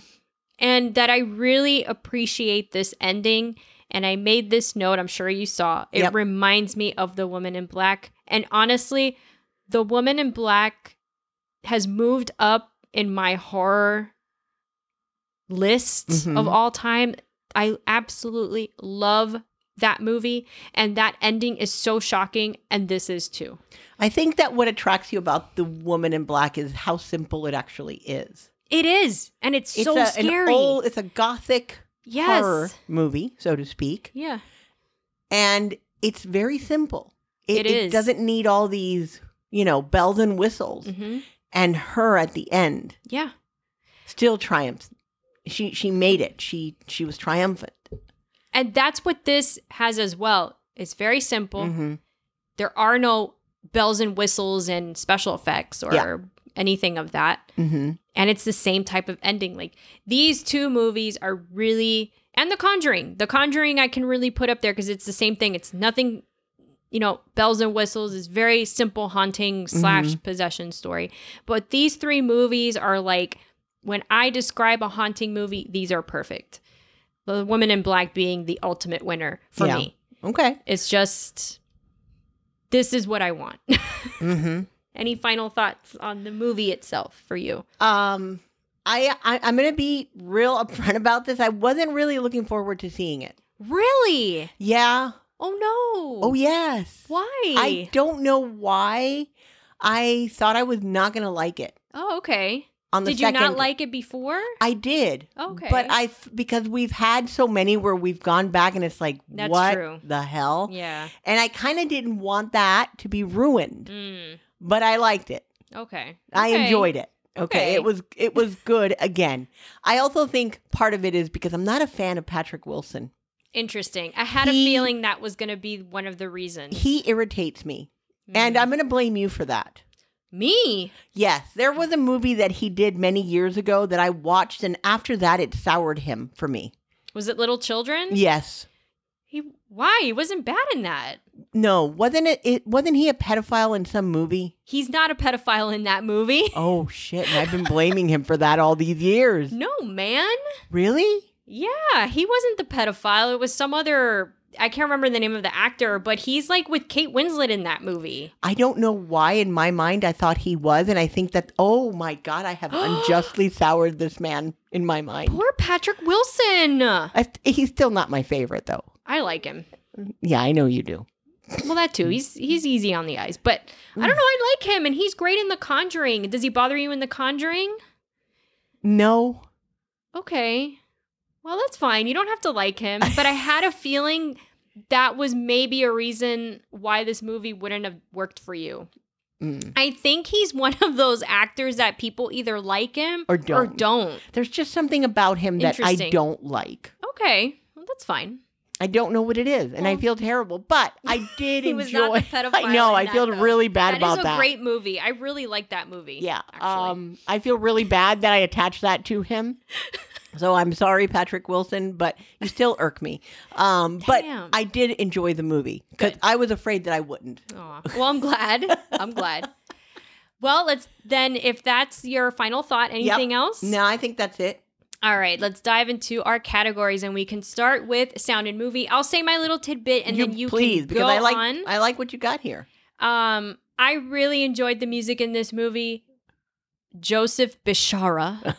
Speaker 1: And that I really appreciate this ending. And I made this note, I'm sure you saw. It
Speaker 2: Yep.
Speaker 1: reminds me of The Woman in Black. And honestly, The Woman in Black has moved up in my horror list
Speaker 2: Mhm.
Speaker 1: of all time. I absolutely love that movie. And that ending is so shocking. And this is too.
Speaker 2: I think that what attracts you about the woman in black is how simple it actually is.
Speaker 1: It is. And it's,
Speaker 2: It's
Speaker 1: so
Speaker 2: a, an
Speaker 1: scary.
Speaker 2: old- it's a gothic
Speaker 1: yes.
Speaker 2: horror movie, so to speak,
Speaker 1: Yeah.
Speaker 2: and it's very simple.
Speaker 1: It
Speaker 2: it
Speaker 1: is.
Speaker 2: doesn't need all these, you know, bells and whistles.
Speaker 1: hmm
Speaker 2: And her at the end
Speaker 1: Yeah.
Speaker 2: still triumphs. She she made it. She she was triumphant.
Speaker 1: And that's what this has as well. It's very simple.
Speaker 2: Mhm.
Speaker 1: There are no bells and whistles and special effects or
Speaker 2: Yeah.
Speaker 1: anything of that.
Speaker 2: Mhm.
Speaker 1: And it's the same type of ending. Like these two movies are really and The Conjuring. The Conjuring I can really put up there because it's the same thing. It's nothing, you know, bells and whistles. It's very simple haunting slash possession story. But these three movies are like when I describe a haunting movie, these are perfect. The Woman in Black being the ultimate winner for
Speaker 2: Yeah.
Speaker 1: me.
Speaker 2: Okay.
Speaker 1: It's just this is what I want. [laughs]
Speaker 2: Mhm.
Speaker 1: Any final thoughts on the movie itself for you?
Speaker 2: Um I, I I'm going to be real upfront [laughs] about this. I wasn't really looking forward to seeing it.
Speaker 1: Really?
Speaker 2: Yeah.
Speaker 1: Oh no.
Speaker 2: Oh yes.
Speaker 1: Why?
Speaker 2: I don't know why I thought I was not going to like it.
Speaker 1: oh, okay.
Speaker 2: On the
Speaker 1: Did you not
Speaker 2: second-
Speaker 1: like it before?
Speaker 2: I did.
Speaker 1: Okay.
Speaker 2: But I th- because we've had so many where we've gone back and it's like
Speaker 1: That's
Speaker 2: what
Speaker 1: true.
Speaker 2: the hell?
Speaker 1: Yeah.
Speaker 2: And I kind of didn't want that to be ruined,
Speaker 1: Mm.
Speaker 2: but I liked it.
Speaker 1: Okay.
Speaker 2: I
Speaker 1: Okay.
Speaker 2: enjoyed it. Okay.
Speaker 1: Okay.
Speaker 2: It was it
Speaker 1: [laughs]
Speaker 2: was good again. I also think part of it is because I'm not a fan of Patrick Wilson.
Speaker 1: Interesting. I had
Speaker 2: He-
Speaker 1: a feeling that was going to be one of the reasons.
Speaker 2: He irritates me.
Speaker 1: Mm.
Speaker 2: And I'm going to blame you for that.
Speaker 1: me.
Speaker 2: Yes, there was a movie that he did many years ago that I watched and after that it soured him for me.
Speaker 1: Was it little children?
Speaker 2: Yes.
Speaker 1: He why? He wasn't bad in that.
Speaker 2: No, wasn't it, it wasn't he a pedophile in some movie?
Speaker 1: He's not a pedophile in that movie. [laughs]
Speaker 2: Oh shit, and I've been blaming him for that all these years.
Speaker 1: No, man.
Speaker 2: Really?
Speaker 1: Yeah, he wasn't the pedophile. It was some other. I can't remember the name of the actor, but he's like with Kate Winslet in that movie.
Speaker 2: I don't know why in my mind I thought he was, and I think that oh my god, I
Speaker 1: [gasps]
Speaker 2: have unjustly soured this man in my mind.
Speaker 1: Poor Patrick Wilson. I
Speaker 2: I, he's still not my favorite though.
Speaker 1: like him.
Speaker 2: Yeah, I know you do.
Speaker 1: Well, that too. He's he's easy on the eyes, but I don't know. I like him, and he's great in The Conjuring. Does he bother you in The Conjuring?
Speaker 2: No,
Speaker 1: Okay. Well, that's fine. You don't have to like him, but I had a feeling that was maybe a reason why this movie wouldn't have worked for you.
Speaker 2: Mm.
Speaker 1: I think he's one of those actors that people either like him
Speaker 2: Or
Speaker 1: Or
Speaker 2: don't.
Speaker 1: don't.
Speaker 2: there's just something about him that I
Speaker 1: Interesting.
Speaker 2: don't like.
Speaker 1: Okay. Well, that's fine.
Speaker 2: I don't know what it is, and I
Speaker 1: Well-
Speaker 2: feel terrible. But
Speaker 1: [laughs]
Speaker 2: I did
Speaker 1: Oh. He was
Speaker 2: enjoy.
Speaker 1: not the pedophile.
Speaker 2: [laughs] I know.
Speaker 1: in
Speaker 2: I
Speaker 1: that,
Speaker 2: feel
Speaker 1: though.
Speaker 2: really bad about
Speaker 1: That is a
Speaker 2: that.
Speaker 1: great movie. I really like that movie.
Speaker 2: yeah.
Speaker 1: Actually.
Speaker 2: Um, I feel really bad that I attached that
Speaker 1: [laughs]
Speaker 2: to him. so I'm sorry, Patrick Wilson, but you still irk me. Um, but
Speaker 1: Damn.
Speaker 2: I did enjoy the movie because
Speaker 1: Good.
Speaker 2: I was afraid that I wouldn't.
Speaker 1: Aw. Well, I'm glad. I'm glad. [laughs] Well, let's then, if that's your final thought, anything else?
Speaker 2: No, I think that's it.
Speaker 1: All right, let's dive into our categories and we can start with sound and movie. I'll say my little tidbit and then you
Speaker 2: please
Speaker 1: can
Speaker 2: because
Speaker 1: go
Speaker 2: I like
Speaker 1: on.
Speaker 2: I like what you got here.
Speaker 1: Um, I really enjoyed the music in this movie. Joseph [laughs] Bishara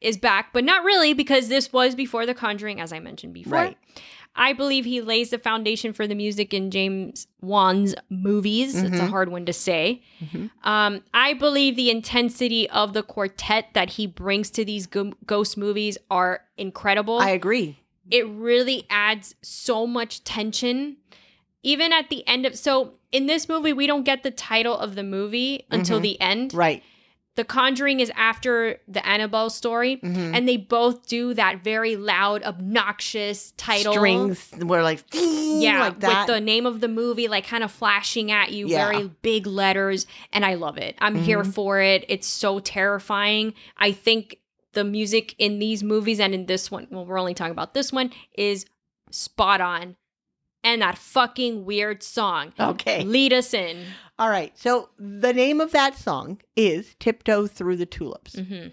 Speaker 1: is back, but not really because this was before The Conjuring, as I mentioned before.
Speaker 2: Right.
Speaker 1: I believe he lays the foundation for the music in James Wan's movies. It's a
Speaker 2: Mhm.
Speaker 1: hard one to say.
Speaker 2: Mhm.
Speaker 1: Um, I believe the intensity of the quartet that he brings to these go- ghost movies are incredible.
Speaker 2: I agree.
Speaker 1: it really adds so much tension. Even at the end of so in this movie, we don't get the title of the movie until
Speaker 2: Mhm.
Speaker 1: the end.
Speaker 2: Right.
Speaker 1: The Conjuring is after the Annabelle story,
Speaker 2: Mhm.
Speaker 1: and they both do that very loud, obnoxious title
Speaker 2: Strings were like, [laughs]
Speaker 1: yeah,
Speaker 2: like that.
Speaker 1: with the name of the movie, like kind of flashing at you,
Speaker 2: Yeah.
Speaker 1: very big letters, and I love it. I'm here
Speaker 2: Mhm.
Speaker 1: for it. It's so terrifying. I think the music in these movies and in this one, well, we're only talking about this one, is spot on. And that fucking weird song,
Speaker 2: okay.
Speaker 1: lead us in.
Speaker 2: All right. So the name of that song is Tiptoe Through the Tulips.
Speaker 1: Mhm.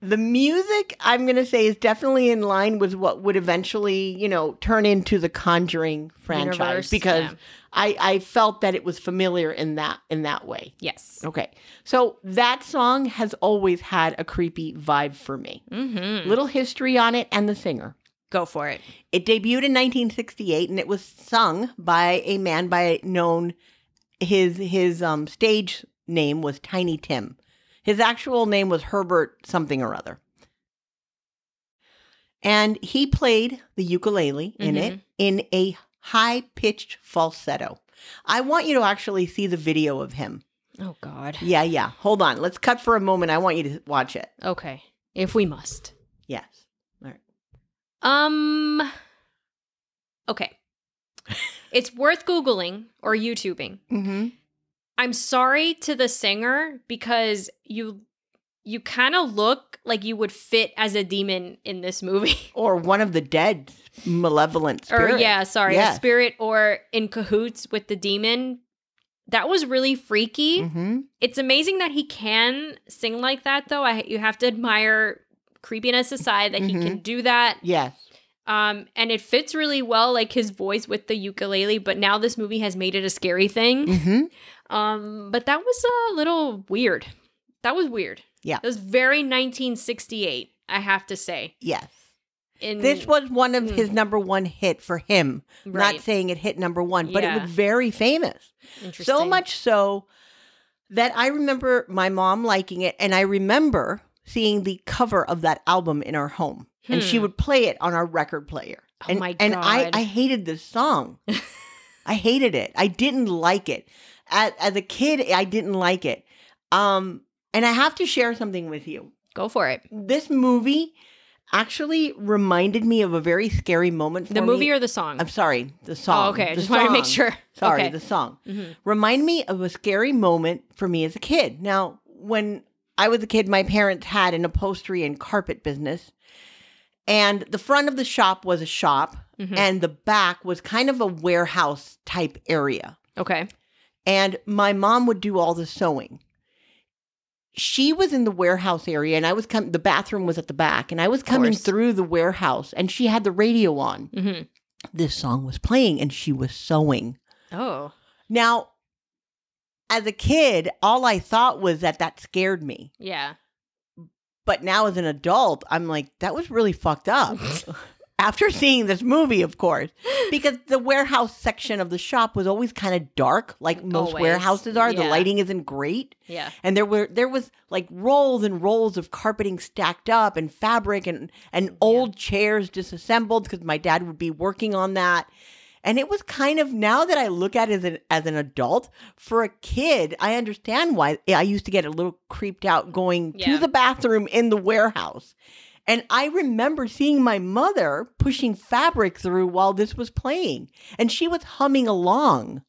Speaker 2: The music, I'm going to say, is definitely in line with what would eventually, you know, turn into the Conjuring franchise
Speaker 1: Universe,
Speaker 2: because
Speaker 1: yeah.
Speaker 2: I, I felt that it was familiar in that in that way.
Speaker 1: yes,
Speaker 2: Okay. So that song has always had a creepy vibe for me.
Speaker 1: hmm
Speaker 2: Little history on it and the singer.
Speaker 1: go for it.
Speaker 2: It debuted in 1968 and it was sung by a man by known his his um stage name was Tiny Tim. His actual name was Herbert something or other. And he played the ukulele in
Speaker 1: Mm-hmm.
Speaker 2: it in a high-pitched falsetto. I want you to actually see the video of him.
Speaker 1: Oh God.
Speaker 2: Yeah, yeah. Hold on. Let's cut for a moment. I want you to watch it.
Speaker 1: Okay, if we must.
Speaker 2: Yes.
Speaker 1: Um. Okay. it's worth Googling or YouTubing.
Speaker 2: Mm-hmm.
Speaker 1: I'm sorry to the singer because you you kind of look like you would fit as a demon in this movie. [laughs]
Speaker 2: Or one of the dead malevolent spirits.
Speaker 1: or yeah, sorry, a
Speaker 2: Yes.
Speaker 1: spirit or in cahoots with the demon. That was really freaky.
Speaker 2: Mm-hmm.
Speaker 1: It's amazing that he can sing like that though. I you have to admire creepiness aside that he
Speaker 2: Mhm.
Speaker 1: can do that.
Speaker 2: Yes.
Speaker 1: Um and it fits really well like his voice with the ukulele, but now this movie has made it a scary thing.
Speaker 2: Mm-hmm.
Speaker 1: Um, but that was a little weird. That was weird.
Speaker 2: Yeah.
Speaker 1: it was very 1968. I have to say.
Speaker 2: Yes.
Speaker 1: In
Speaker 2: This was one of
Speaker 1: Mm.
Speaker 2: his number one hit for him.
Speaker 1: right,
Speaker 2: Not saying it hit number one, but it
Speaker 1: Yeah.
Speaker 2: was very famous.
Speaker 1: interesting.
Speaker 2: So much so that I remember my mom liking it, and I remember seeing the cover of that album in our home, and she
Speaker 1: Hmm.
Speaker 2: would play it on our record player.
Speaker 1: Oh
Speaker 2: and,
Speaker 1: my
Speaker 2: And I,
Speaker 1: God.
Speaker 2: I hated
Speaker 1: [laughs]
Speaker 2: this song. I hated it. I didn't like it. As, as a kid, I didn't like it. Um, and I have to share something with you.
Speaker 1: Go for it.
Speaker 2: This movie actually reminded me of a very scary moment for
Speaker 1: The
Speaker 2: me.
Speaker 1: movie or the song?
Speaker 2: I'm sorry, the song.
Speaker 1: oh, okay. I
Speaker 2: The
Speaker 1: just wanted to make
Speaker 2: song. [laughs]
Speaker 1: sure.
Speaker 2: Sorry,
Speaker 1: Okay.
Speaker 2: the song
Speaker 1: Mhm.
Speaker 2: remind me of a scary moment for me as a kid. Now, when I was a kid, my parents had an upholstery and carpet business. And the front of the shop was a shop,
Speaker 1: Mhm.
Speaker 2: and the back was kind of a warehouse type area.
Speaker 1: Okay.
Speaker 2: And my mom would do all the sewing. She was in the warehouse area, and I was coming, the bathroom was at the back, and I was coming
Speaker 1: course.
Speaker 2: through the warehouse, and she had the radio on.
Speaker 1: hmm
Speaker 2: This song was playing, and she was sewing.
Speaker 1: Oh,
Speaker 2: Now, as a kid, all I thought was that that scared me.
Speaker 1: yeah.
Speaker 2: But now, as an adult, I'm like, that was really fucked
Speaker 1: [laughs]
Speaker 2: up. After seeing this movie, of course, because the warehouse section of the shop was always kind of dark, like most
Speaker 1: Always,
Speaker 2: warehouses are. The
Speaker 1: yeah.
Speaker 2: lighting isn't great,
Speaker 1: Yeah.
Speaker 2: and there were there was like rolls and rolls of carpeting stacked up and fabric and and old chairs disassembled because my dad would be working on that. And it was kind of now that I look at it as an as an adult, for a kid, I understand why I used to get a little creeped out going
Speaker 1: Yeah.
Speaker 2: to the bathroom in the warehouse. And I remember seeing my mother pushing fabric through while this was playing, and she was humming along.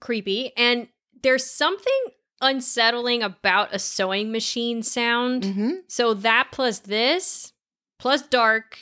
Speaker 1: Creepy. And there's something unsettling about a sewing machine sound.
Speaker 2: Mm-hmm.
Speaker 1: So that plus this plus dark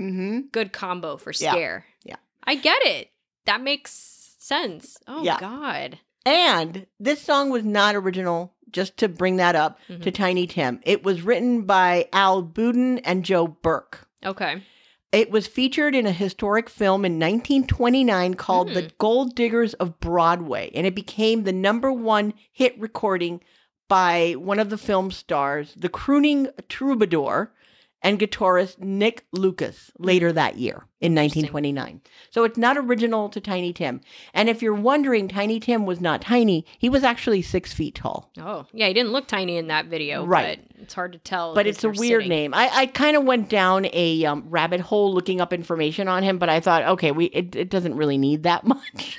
Speaker 2: Mm-hmm.
Speaker 1: good combo for
Speaker 2: Yeah.
Speaker 1: scare.
Speaker 2: Yeah.
Speaker 1: I get it. That makes sense. Oh
Speaker 2: Yeah.
Speaker 1: god.
Speaker 2: And this song was not original. Just to bring that up to Tiny Tim, it was written by Al Budin and Joe Burke.
Speaker 1: Okay.
Speaker 2: It was featured in a historic film in 1929 called The Gold Diggers of Broadway, and it became the number one hit recording by one of the film's stars, the crooning troubadour and guitarist Nick Lucas later that year in
Speaker 1: Interesting.
Speaker 2: 1929. So it's not original to Tiny Tim. And if you're wondering, Tiny Tim was not tiny. He was actually six feet tall.
Speaker 1: Oh, yeah, he didn't look tiny in that video.
Speaker 2: Right.
Speaker 1: But it's hard to tell.
Speaker 2: But
Speaker 1: because
Speaker 2: it's a
Speaker 1: they're
Speaker 2: weird
Speaker 1: sitting.
Speaker 2: name. I, I kind of went down a um, rabbit hole looking up information on him, but I thought, okay, we it, it doesn't really need that [laughs] much.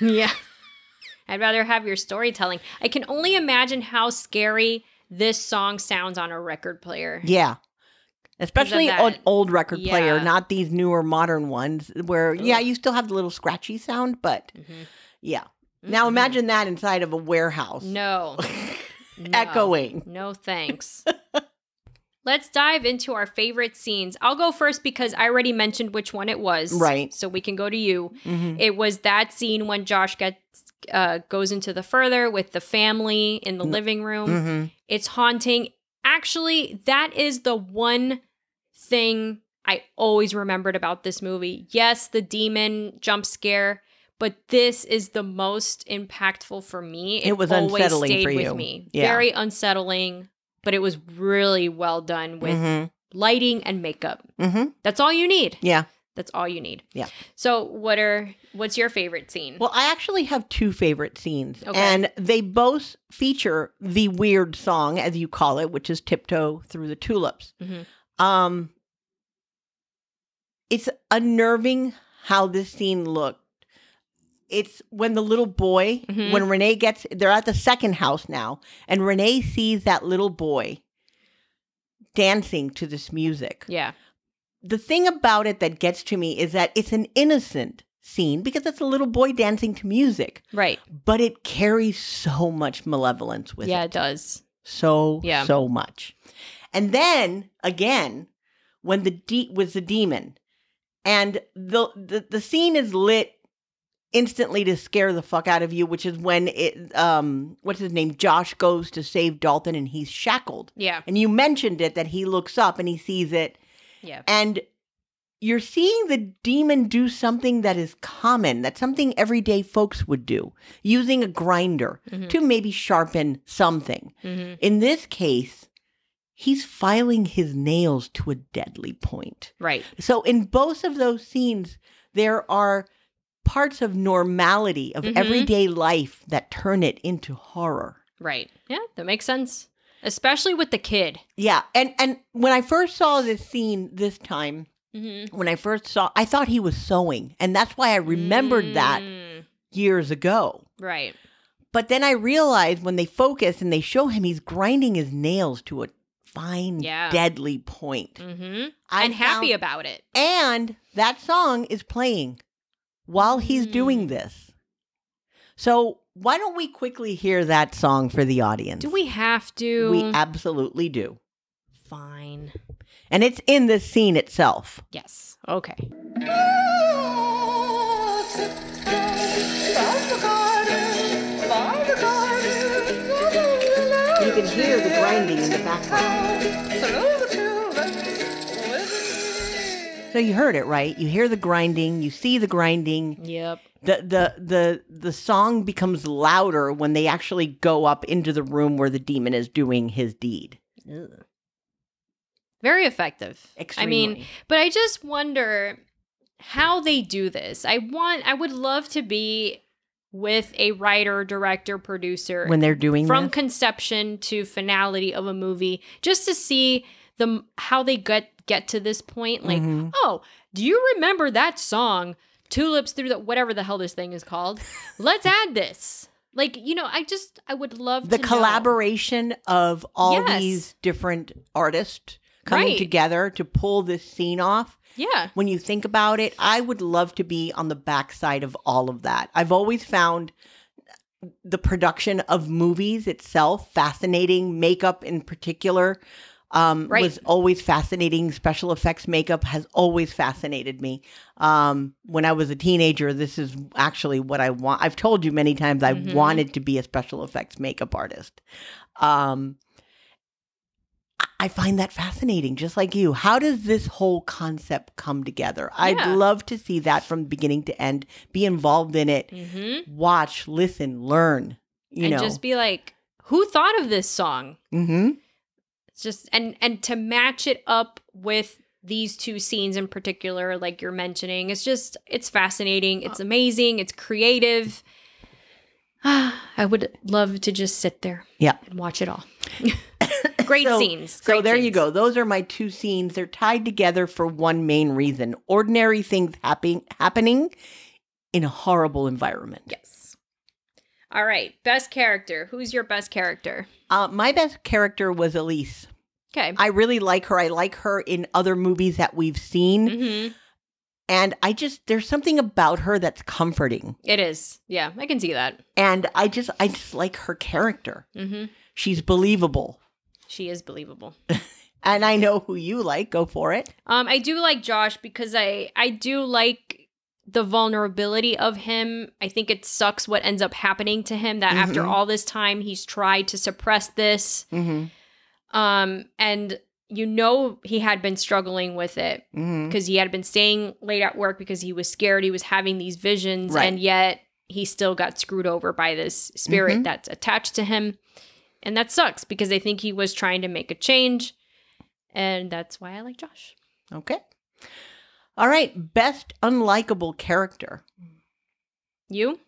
Speaker 1: [laughs] Yeah. I'd rather have your storytelling. I can only imagine how scary this song sounds on a record player.
Speaker 2: Yeah. Especially
Speaker 1: that-
Speaker 2: on old record player,
Speaker 1: Yeah.
Speaker 2: not these newer modern ones where, yeah,
Speaker 1: Ugh.
Speaker 2: you still have the little scratchy sound, but
Speaker 1: Mhm.
Speaker 2: yeah. Now
Speaker 1: Mhm.
Speaker 2: imagine that inside of a warehouse. [laughs]
Speaker 1: No. no.
Speaker 2: Echoing.
Speaker 1: No thanks. Let's dive into our favorite scenes. I'll go first because I already mentioned which one it was.
Speaker 2: Right.
Speaker 1: So we can go to you.
Speaker 2: Mhm.
Speaker 1: It was that scene when Josh gets uh, goes into the further with the family in the
Speaker 2: Mm.
Speaker 1: living room.
Speaker 2: Mhm.
Speaker 1: It's haunting. Actually, that is the one thing I always remembered about this movie. Yes, the demon jump scare, but this is the most impactful for me.
Speaker 2: It was unsettling for you.
Speaker 1: with me.
Speaker 2: Yeah.
Speaker 1: Very unsettling, but it was really well done with
Speaker 2: Mhm.
Speaker 1: lighting and makeup.
Speaker 2: Mhm.
Speaker 1: That's all you need.
Speaker 2: Yeah.
Speaker 1: That's all you need.
Speaker 2: Yeah.
Speaker 1: So, what are what's your favorite scene?
Speaker 2: Well, I actually have two favorite scenes,
Speaker 1: Okay.
Speaker 2: and they both feature the weird song, as you call it, which is "Tiptoe Through the Tulips."
Speaker 1: Mhm.
Speaker 2: Um, it's unnerving how this scene looked. It's when the little boy,
Speaker 1: Mhm.
Speaker 2: when Renee gets, they're at the second house now, and Renee sees that little boy dancing to this music
Speaker 1: yeah.
Speaker 2: the thing about it that gets to me is that it's an innocent scene because it's a little boy dancing to music,
Speaker 1: Right.
Speaker 2: but it carries so much malevolence with
Speaker 1: Yeah,
Speaker 2: it.
Speaker 1: it does.
Speaker 2: So
Speaker 1: Yeah.
Speaker 2: so much. And then again, when the de- was the demon and the, the the scene is lit instantly to scare the fuck out of you, which is when it um what's his name? Josh goes to save Dalton and he's shackled.
Speaker 1: Yeah.
Speaker 2: And you mentioned it that he looks up and he sees it
Speaker 1: Yeah.
Speaker 2: and you're seeing the demon do something that is common, that's something everyday folks would do, using a grinder
Speaker 1: Mhm.
Speaker 2: to maybe sharpen something.
Speaker 1: Mhm.
Speaker 2: In this case, he's filing his nails to a deadly point.
Speaker 1: Right.
Speaker 2: So, in both of those scenes, there are parts of normality of
Speaker 1: Mhm.
Speaker 2: everyday life that turn it into horror.
Speaker 1: Right. Yeah, that makes sense. Especially with the kid.
Speaker 2: Yeah, and and when I first saw this scene this time,
Speaker 1: Mm-hmm.
Speaker 2: when I first saw, I thought he was sewing, and that's why I remembered
Speaker 1: Mm.
Speaker 2: that years ago.
Speaker 1: Mm-hmm. Right.
Speaker 2: But then I realized when they focus and they show him, he's grinding his nails to a fine,
Speaker 1: Yeah.
Speaker 2: deadly point.
Speaker 1: Mm-hmm.
Speaker 2: I
Speaker 1: And happy
Speaker 2: found-
Speaker 1: about it.
Speaker 2: and that song is playing while he's doing
Speaker 1: Mm.
Speaker 2: this. So why don't we quickly hear that song for the audience?
Speaker 1: Do we have to?
Speaker 2: We absolutely do,
Speaker 1: Fine.
Speaker 2: and it's in the scene itself.
Speaker 1: Yes. Okay.
Speaker 2: You can hear the grinding in the background. So you heard it right. You hear the grinding. You see the grinding.
Speaker 1: Yep.
Speaker 2: the the the the song becomes louder when they actually go up into the room where the demon is doing his deed.
Speaker 1: Very effective. I mean,
Speaker 2: Extremely.
Speaker 1: But I just wonder how they do this. I want I would love to be with a writer, director, producer
Speaker 2: when they're doing
Speaker 1: from
Speaker 2: this.
Speaker 1: conception to finality of a movie just to see the how they get get to this point like
Speaker 2: Mhm.
Speaker 1: oh do you remember that song tulips through the whatever the hell this thing is called
Speaker 2: [laughs]
Speaker 1: let's add this like you know i just i would love
Speaker 2: the
Speaker 1: to know.
Speaker 2: collaboration of all
Speaker 1: Yes.
Speaker 2: these different artists coming
Speaker 1: Right.
Speaker 2: together to pull this scene off.
Speaker 1: yeah
Speaker 2: When you think about it, I would love to be on the backside of all of that. I've always found the production of movies itself fascinating, makeup in particular. Um,
Speaker 1: Right.
Speaker 2: was always fascinating. Special effects makeup has always fascinated me. Um, when I was a teenager, this is actually what I want. I've told you many times I
Speaker 1: Mhm.
Speaker 2: wanted to be a special effects makeup artist. Um, I- I find that fascinating, just like you. How does this whole concept come together?
Speaker 1: Yeah.
Speaker 2: I'd love to see that from beginning to end, be involved in it,
Speaker 1: mm-hmm.
Speaker 2: watch, listen, learn, you
Speaker 1: and
Speaker 2: know.
Speaker 1: just be like who thought of this song
Speaker 2: hmm
Speaker 1: It's just and and to match it up with these two scenes in particular, like you're mentioning. It's just, it's fascinating.
Speaker 2: Oh.
Speaker 1: It's amazing. It's creative. [sighs] I would love to just sit there
Speaker 2: Yeah.
Speaker 1: and watch it
Speaker 2: [coughs]
Speaker 1: all. Great
Speaker 2: So-
Speaker 1: scenes.
Speaker 2: So
Speaker 1: Great
Speaker 2: there you
Speaker 1: scenes.
Speaker 2: go. Those are my two scenes. They're tied together for one main reason: ordinary things happening happening in a horrible environment.
Speaker 1: Yes. All right. Best character. Who's your best character?
Speaker 2: Uh, my best character was Elise.
Speaker 1: Okay.
Speaker 2: I really like her. I like her in other movies that we've seen,
Speaker 1: Mhm.
Speaker 2: and I just there's something about her that's comforting,
Speaker 1: It is. Yeah, I can see that.
Speaker 2: and I just I just like her character.
Speaker 1: hmm
Speaker 2: She's believable,
Speaker 1: She is believable.
Speaker 2: and I know who you like. Go for it.
Speaker 1: Um, I do like Josh because I I do like the vulnerability of him. I think it sucks what ends up happening to him. That after
Speaker 2: Mhm.
Speaker 1: all this time, he's tried to suppress this.
Speaker 2: Mm-hmm.
Speaker 1: Um, and you know he had been struggling with it
Speaker 2: Mm-hmm.
Speaker 1: because he had been staying late at work because he was scared. He was having these visions,
Speaker 2: Right.
Speaker 1: and yet he still got screwed over by this spirit
Speaker 2: Mhm.
Speaker 1: that's attached to him, and that sucks because I think he was trying to make a change, and that's why I like Josh.
Speaker 2: Okay. All right. Best unlikable character.
Speaker 1: You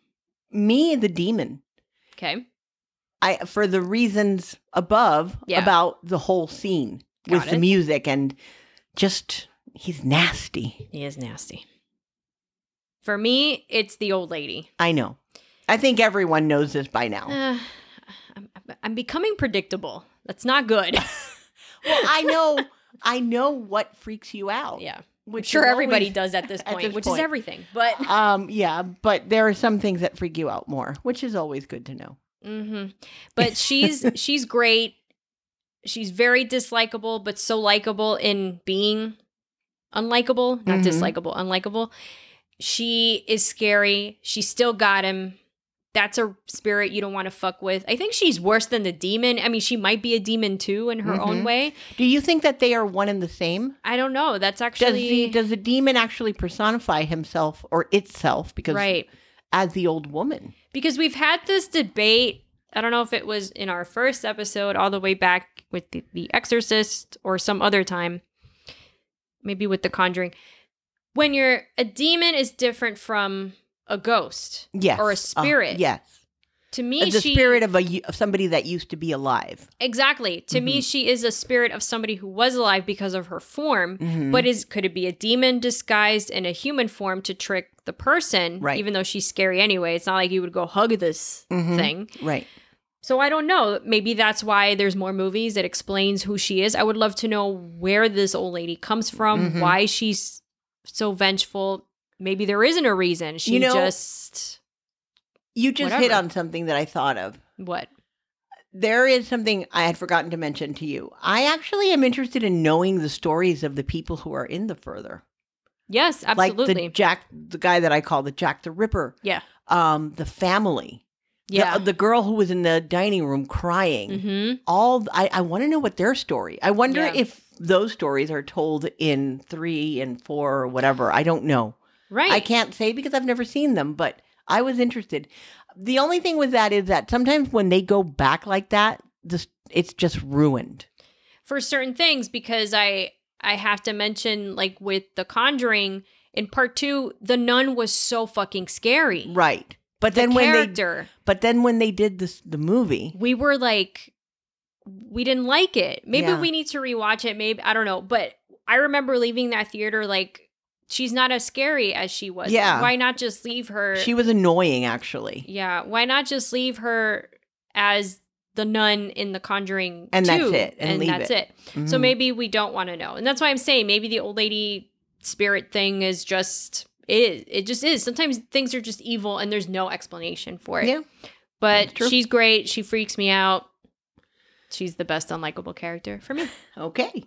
Speaker 2: Me, the demon.
Speaker 1: okay?
Speaker 2: I for the reasons above
Speaker 1: Yeah.
Speaker 2: about the whole scene
Speaker 1: Got
Speaker 2: with the
Speaker 1: it.
Speaker 2: music and just he's nasty.
Speaker 1: He is nasty. For me, it's the old lady.
Speaker 2: I know. I think everyone knows this by now.
Speaker 1: Uh, I'm, I'm becoming predictable. That's not
Speaker 2: [laughs]
Speaker 1: good.
Speaker 2: well, I know. I know what freaks you out.
Speaker 1: yeah, I'm
Speaker 2: which
Speaker 1: sure
Speaker 2: is
Speaker 1: everybody
Speaker 2: always- [laughs]
Speaker 1: does at this
Speaker 2: at
Speaker 1: point,
Speaker 2: this
Speaker 1: which
Speaker 2: point.
Speaker 1: is everything. But
Speaker 2: Um. Yeah, but there are some things that freak you out more, which is always good to know.
Speaker 1: hmm But
Speaker 2: [laughs]
Speaker 1: she's she's great. She's very dislikable, but so likable in being unlikable, not
Speaker 2: Mhm.
Speaker 1: dislikable, unlikable. She is scary. She still got him. That's a spirit you don't want to fuck with. I think she's worse than the demon. I mean, she might be a demon too in her own
Speaker 2: Mhm.
Speaker 1: way.
Speaker 2: Do you think that they are one and the same?
Speaker 1: I don't know. That's
Speaker 2: Does
Speaker 1: actually
Speaker 2: the does the demon actually personify himself or itself? Because
Speaker 1: right.
Speaker 2: as the old woman.
Speaker 1: because we've had this debate. I don't know if it was in our first episode, all the way back with the, the Exorcist or some other time, maybe with The Conjuring. When you're a demon is different from a ghost.
Speaker 2: Yes.
Speaker 1: Or a
Speaker 2: Uh,
Speaker 1: spirit.
Speaker 2: yes.
Speaker 1: To me,
Speaker 2: the
Speaker 1: she
Speaker 2: spirit of a of somebody that used to be alive.
Speaker 1: exactly. To me,
Speaker 2: Mm-hmm.
Speaker 1: she is a spirit of somebody who was alive because of her form.
Speaker 2: Mm-hmm.
Speaker 1: But is could it be a demon disguised in a human form to trick the person?
Speaker 2: Right.
Speaker 1: Even though she's scary anyway, it's not like you would go hug this
Speaker 2: Mhm.
Speaker 1: thing.
Speaker 2: right,
Speaker 1: So I don't know. Maybe that's why there's more movies that explains who she is. I would love to know where this old lady comes from,
Speaker 2: Mhm.
Speaker 1: why she's so vengeful. Maybe there isn't a reason. She
Speaker 2: You know-
Speaker 1: just
Speaker 2: you just hit
Speaker 1: Whatever.
Speaker 2: on something that I thought of.
Speaker 1: what?
Speaker 2: There is something I had forgotten to mention to you. I actually am interested in knowing the stories of the people who are in the further,
Speaker 1: Yes, absolutely.
Speaker 2: like the Jack, the guy that I call the Jack the Ripper.
Speaker 1: Yeah.
Speaker 2: um, the family. The-
Speaker 1: yeah.
Speaker 2: the, girl who was in the dining room crying.
Speaker 1: Mhm.
Speaker 2: All I, I want to know what their story. I wonder
Speaker 1: Yeah.
Speaker 2: if those stories are told in three and four or whatever. I don't know.
Speaker 1: Right.
Speaker 2: I can't say because I've never seen them, but I was interested. The only thing with that is that sometimes when they go back like that, this it's just ruined.
Speaker 1: for certain things because I I have to mention like with The Conjuring in part 2, the nun was so fucking scary.
Speaker 2: Right. But
Speaker 1: The
Speaker 2: then when they
Speaker 1: character
Speaker 2: but then when they did this the movie,
Speaker 1: we were like we didn't like it maybe
Speaker 2: Yeah.
Speaker 1: we need to rewatch it maybe i don't know but i remember leaving that theater like she's not as scary as she was
Speaker 2: Yeah.
Speaker 1: why not just leave her
Speaker 2: she was annoying actually.
Speaker 1: yeah why not just leave her as the nun in the conjuring
Speaker 2: And
Speaker 1: 2?
Speaker 2: that's it, and leave
Speaker 1: that's it, so
Speaker 2: Mhm.
Speaker 1: maybe we don't want to know and that's why i'm saying maybe the old lady spirit thing is just it is it just is sometimes things are just evil and there's no explanation for it
Speaker 2: Yeah. That's
Speaker 1: but
Speaker 2: true.
Speaker 1: she's great. She freaks me out. She's the best unlikable character for
Speaker 2: [laughs]
Speaker 1: me.
Speaker 2: Okay.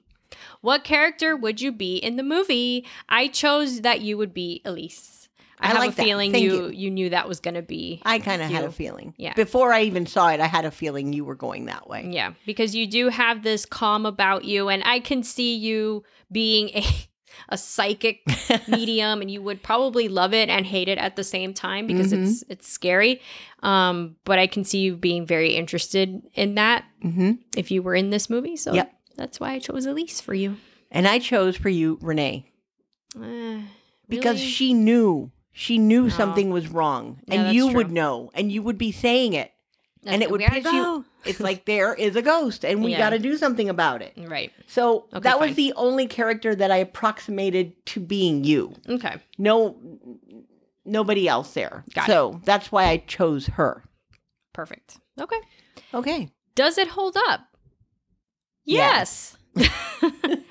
Speaker 1: What character would you be in the movie? I chose that you would be Elise. I,
Speaker 2: I
Speaker 1: have
Speaker 2: like
Speaker 1: a
Speaker 2: that.
Speaker 1: feeling
Speaker 2: Thank
Speaker 1: you,
Speaker 2: you.
Speaker 1: you knew that was going to be
Speaker 2: I kind of had
Speaker 1: you.
Speaker 2: a feeling.
Speaker 1: Yeah.
Speaker 2: Before I even saw it, I had a feeling you were going that way.
Speaker 1: yeah because you do have this calm about you, and I can see you being a [laughs] a
Speaker 2: [laughs]
Speaker 1: psychic medium, and you would probably love it and hate it at the same time because
Speaker 2: Mm-hmm.
Speaker 1: it's it's scary. Um, but I can see you being very interested in that
Speaker 2: hmm
Speaker 1: if you were in this movie. So
Speaker 2: Yep.
Speaker 1: that's why I chose Elise for you.
Speaker 2: And I chose for you Renee
Speaker 1: Eh,
Speaker 2: because
Speaker 1: really?
Speaker 2: she knew. She knew
Speaker 1: No.
Speaker 2: something was wrong.
Speaker 1: Yeah,
Speaker 2: and
Speaker 1: that's
Speaker 2: you would
Speaker 1: true.
Speaker 2: know. And you would be saying it.
Speaker 1: That's
Speaker 2: and it
Speaker 1: the-
Speaker 2: would
Speaker 1: we gotta
Speaker 2: piss you-
Speaker 1: go.
Speaker 2: [laughs]
Speaker 1: [laughs]
Speaker 2: It's like there is a ghost and we
Speaker 1: Yeah.
Speaker 2: got to do something about it.
Speaker 1: right.
Speaker 2: So
Speaker 1: Okay,
Speaker 2: that
Speaker 1: fine.
Speaker 2: was the only character that I approximated to being you.
Speaker 1: Okay.
Speaker 2: No nobody else there.
Speaker 1: Got it.
Speaker 2: so that's why I chose her.
Speaker 1: Perfect. Okay.
Speaker 2: Okay.
Speaker 1: Does it hold up? Yes.
Speaker 2: Yes.
Speaker 1: [laughs]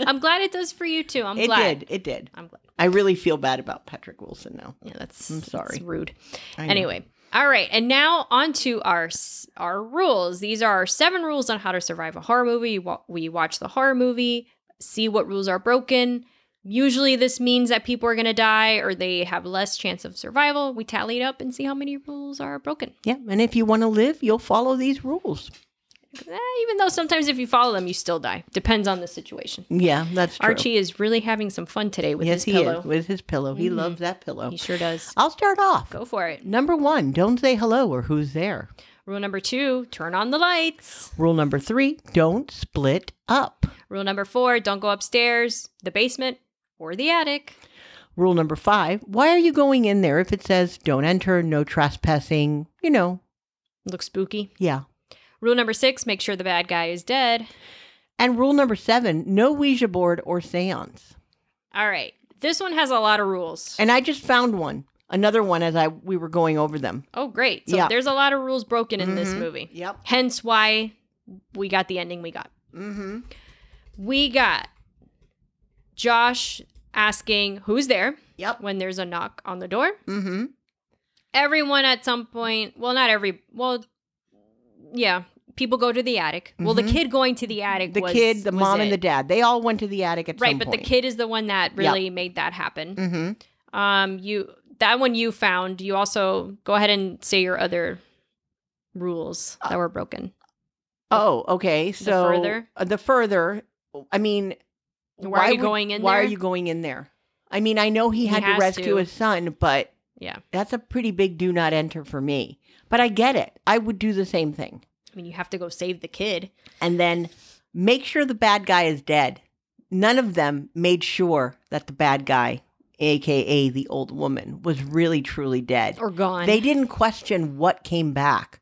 Speaker 1: I'm glad it does for you too. I'm
Speaker 2: it
Speaker 1: glad.
Speaker 2: did. It did.
Speaker 1: I'm glad.
Speaker 2: I really feel bad about Patrick Wilson now.
Speaker 1: Yeah, that's
Speaker 2: I'm
Speaker 1: that's
Speaker 2: sorry.
Speaker 1: rude.
Speaker 2: I know.
Speaker 1: Anyway, all right, and now on to our s- our rules. These are our seven rules on how to survive a horror movie. Wa- We watch the horror movie, see what rules are broken. Usually, this means that people are going to die or they have less chance of survival. We tally it up and see how many rules are broken.
Speaker 2: Yeah, and if you want to live, you'll follow these rules.
Speaker 1: Eh, even though sometimes if you follow them, you still die. Depends on the situation.
Speaker 2: Yeah, that's true.
Speaker 1: Archie is really having some fun today with
Speaker 2: yes,
Speaker 1: his
Speaker 2: he
Speaker 1: pillow.
Speaker 2: is with his pillow. He
Speaker 1: Mhm.
Speaker 2: loves that pillow.
Speaker 1: He sure does.
Speaker 2: I'll start off.
Speaker 1: Go for it.
Speaker 2: Number one: Don't say hello or who's there.
Speaker 1: Rule number two: turn on the lights.
Speaker 2: Rule number three: Don't split up.
Speaker 1: Rule number four don't go upstairs, the basement, or the attic.
Speaker 2: Rule number five: Why are you going in there if it says "Don't enter, no trespassing"? You know,
Speaker 1: Looks spooky.
Speaker 2: yeah.
Speaker 1: Rule number six make sure the bad guy is dead.
Speaker 2: And rule number seven: No Ouija board or séance.
Speaker 1: All right. This one has a lot of rules.
Speaker 2: And I just found one, another one, as I we were going over them.
Speaker 1: oh, great. So
Speaker 2: Yeah.
Speaker 1: there's a lot of rules broken in this
Speaker 2: Mhm.
Speaker 1: movie.
Speaker 2: Yep.
Speaker 1: Hence why we got the ending we got.
Speaker 2: Mm-hmm.
Speaker 1: We got Josh asking who's there
Speaker 2: Yep.
Speaker 1: when there's a knock on the door.
Speaker 2: Mm-hmm.
Speaker 1: Everyone at some point, well, not every, well, yeah, people go to the attic. Well, the
Speaker 2: Mhm.
Speaker 1: kid going to the attic
Speaker 2: The
Speaker 1: was
Speaker 2: kid, the
Speaker 1: was
Speaker 2: mom,
Speaker 1: it.
Speaker 2: and the dad. They all went to the attic at
Speaker 1: right
Speaker 2: some
Speaker 1: but
Speaker 2: point.
Speaker 1: the kid is the one that really made that happen
Speaker 2: Mm-hmm.
Speaker 1: um you that one you found you also go ahead and say your other rules
Speaker 2: Uh,
Speaker 1: that were broken
Speaker 2: Oh, okay. So
Speaker 1: further?
Speaker 2: uh, the further, I mean,
Speaker 1: Why are you going in
Speaker 2: Why are
Speaker 1: there?
Speaker 2: you going in there? I mean, I know he
Speaker 1: He
Speaker 2: had
Speaker 1: has
Speaker 2: to rescue
Speaker 1: to.
Speaker 2: his son, but
Speaker 1: yeah
Speaker 2: that's a pretty big do not enter for me. But I get it. I would do the same thing.
Speaker 1: i mean you have to go save the kid
Speaker 2: And then make sure the bad guy is dead. None of them made sure that the bad guy, aka the old woman, was really truly dead.
Speaker 1: or gone
Speaker 2: They didn't question what came back.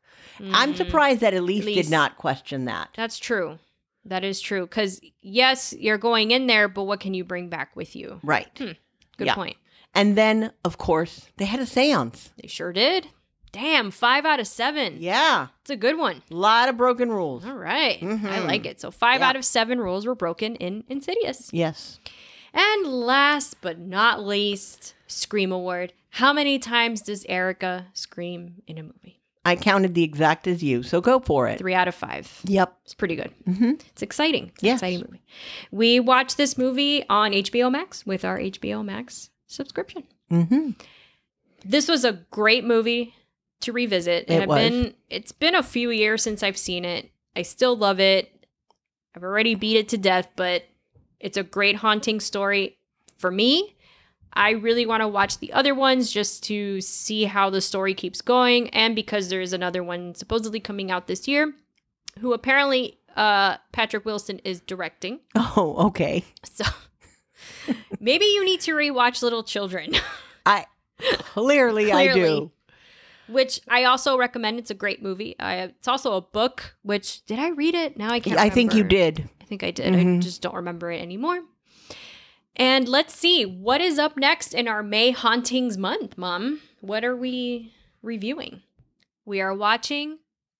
Speaker 2: I'm
Speaker 1: Mm,
Speaker 2: surprised that Elise,
Speaker 1: Elise.
Speaker 2: did not question that.
Speaker 1: that's true that is true because yes you're going in there but what can you bring back with you
Speaker 2: Right.
Speaker 1: good
Speaker 2: Yeah.
Speaker 1: point
Speaker 2: And then, of course, they had a seance.
Speaker 1: they sure did damn five out of seven
Speaker 2: Yeah.
Speaker 1: it's a good one
Speaker 2: A lot of broken rules.
Speaker 1: all right. i
Speaker 2: Mhm.
Speaker 1: like it so five
Speaker 2: Yeah.
Speaker 1: out of seven rules were broken in insidious
Speaker 2: Yes.
Speaker 1: And last but not least, Scream Award. How many times does Erica scream in a movie?
Speaker 2: I counted the exact as you, so go for it.
Speaker 1: Three out of five.
Speaker 2: Yep.
Speaker 1: It's pretty good.
Speaker 2: Mm-hmm.
Speaker 1: It's exciting. It's an
Speaker 2: Yes.
Speaker 1: exciting movie. We watched this movie on HBO Max with our HBO Max subscription.
Speaker 2: Mm-hmm.
Speaker 1: This was a great movie to revisit.
Speaker 2: It
Speaker 1: I've
Speaker 2: was.
Speaker 1: been it's been a few years since I've seen it. I still love it. I've already beat it to death, but it's a great haunting story for me. I really want to watch the other ones just to see how the story keeps going, and because there is another one supposedly coming out this year, who apparently uh, Patrick Wilson is directing. [laughs]
Speaker 2: Oh, okay.
Speaker 1: So [laughs] maybe you need to rewatch Little Children,
Speaker 2: I clearly, I do.
Speaker 1: Clearly. which I also recommend. It's a great movie. I, it's also a book. Which did I read it? Now I can't.
Speaker 2: I think you
Speaker 1: remember.
Speaker 2: did.
Speaker 1: I think I did. I
Speaker 2: Mhm.
Speaker 1: just don't remember it anymore. And let's see what is up next in our May Hauntings month, Mom. What are we reviewing? We are watching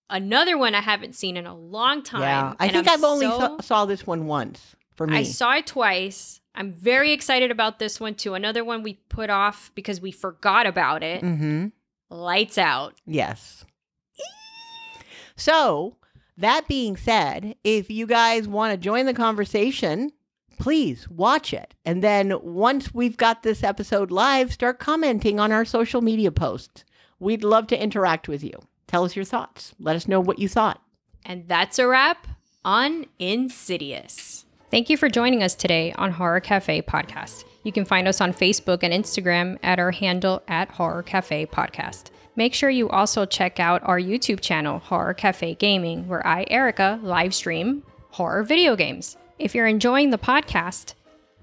Speaker 1: another one I haven't seen in a long time.
Speaker 2: Yeah. I
Speaker 1: and
Speaker 2: think
Speaker 1: I'm
Speaker 2: I've only
Speaker 1: so-
Speaker 2: saw, saw this one once for me.
Speaker 1: I saw it twice. I'm very excited about this one too. Another one we put off because we forgot about it.
Speaker 2: mm-hmm.
Speaker 1: Lights out.
Speaker 2: Yes. So, that being said, if you guys want to join the conversation, please watch it. And then once we've got this episode live, start commenting on our social media posts. We'd love to interact with you. Tell us your thoughts. Let us know what you thought.
Speaker 1: And that's a wrap on Insidious. Thank you for joining us today on Horror Cafe Podcast. You can find us on Facebook and Instagram at our handle at Horror Cafe Podcast. Make sure you also check out our YouTube channel, Horror Cafe Gaming, where I, Erica, live stream horror video games. If you're enjoying the podcast,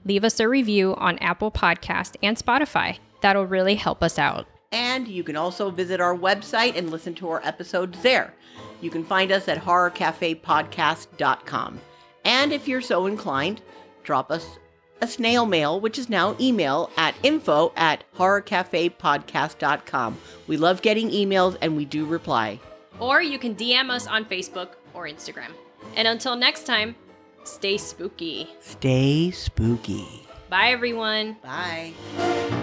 Speaker 1: leave us a review on Apple Podcast and Spotify. That'll really help us out.
Speaker 2: And you can also visit our website and listen to our episodes there. You can find us at horrorcafepodcast.com. And if you're so inclined, drop us a snail mail, which is now email at info at horrorcafepodcast.com. We love getting emails and we do reply.
Speaker 1: Or you can DM us on Facebook or Instagram. And until next time, stay spooky.
Speaker 2: Stay spooky.
Speaker 1: Bye, everyone.
Speaker 2: Bye.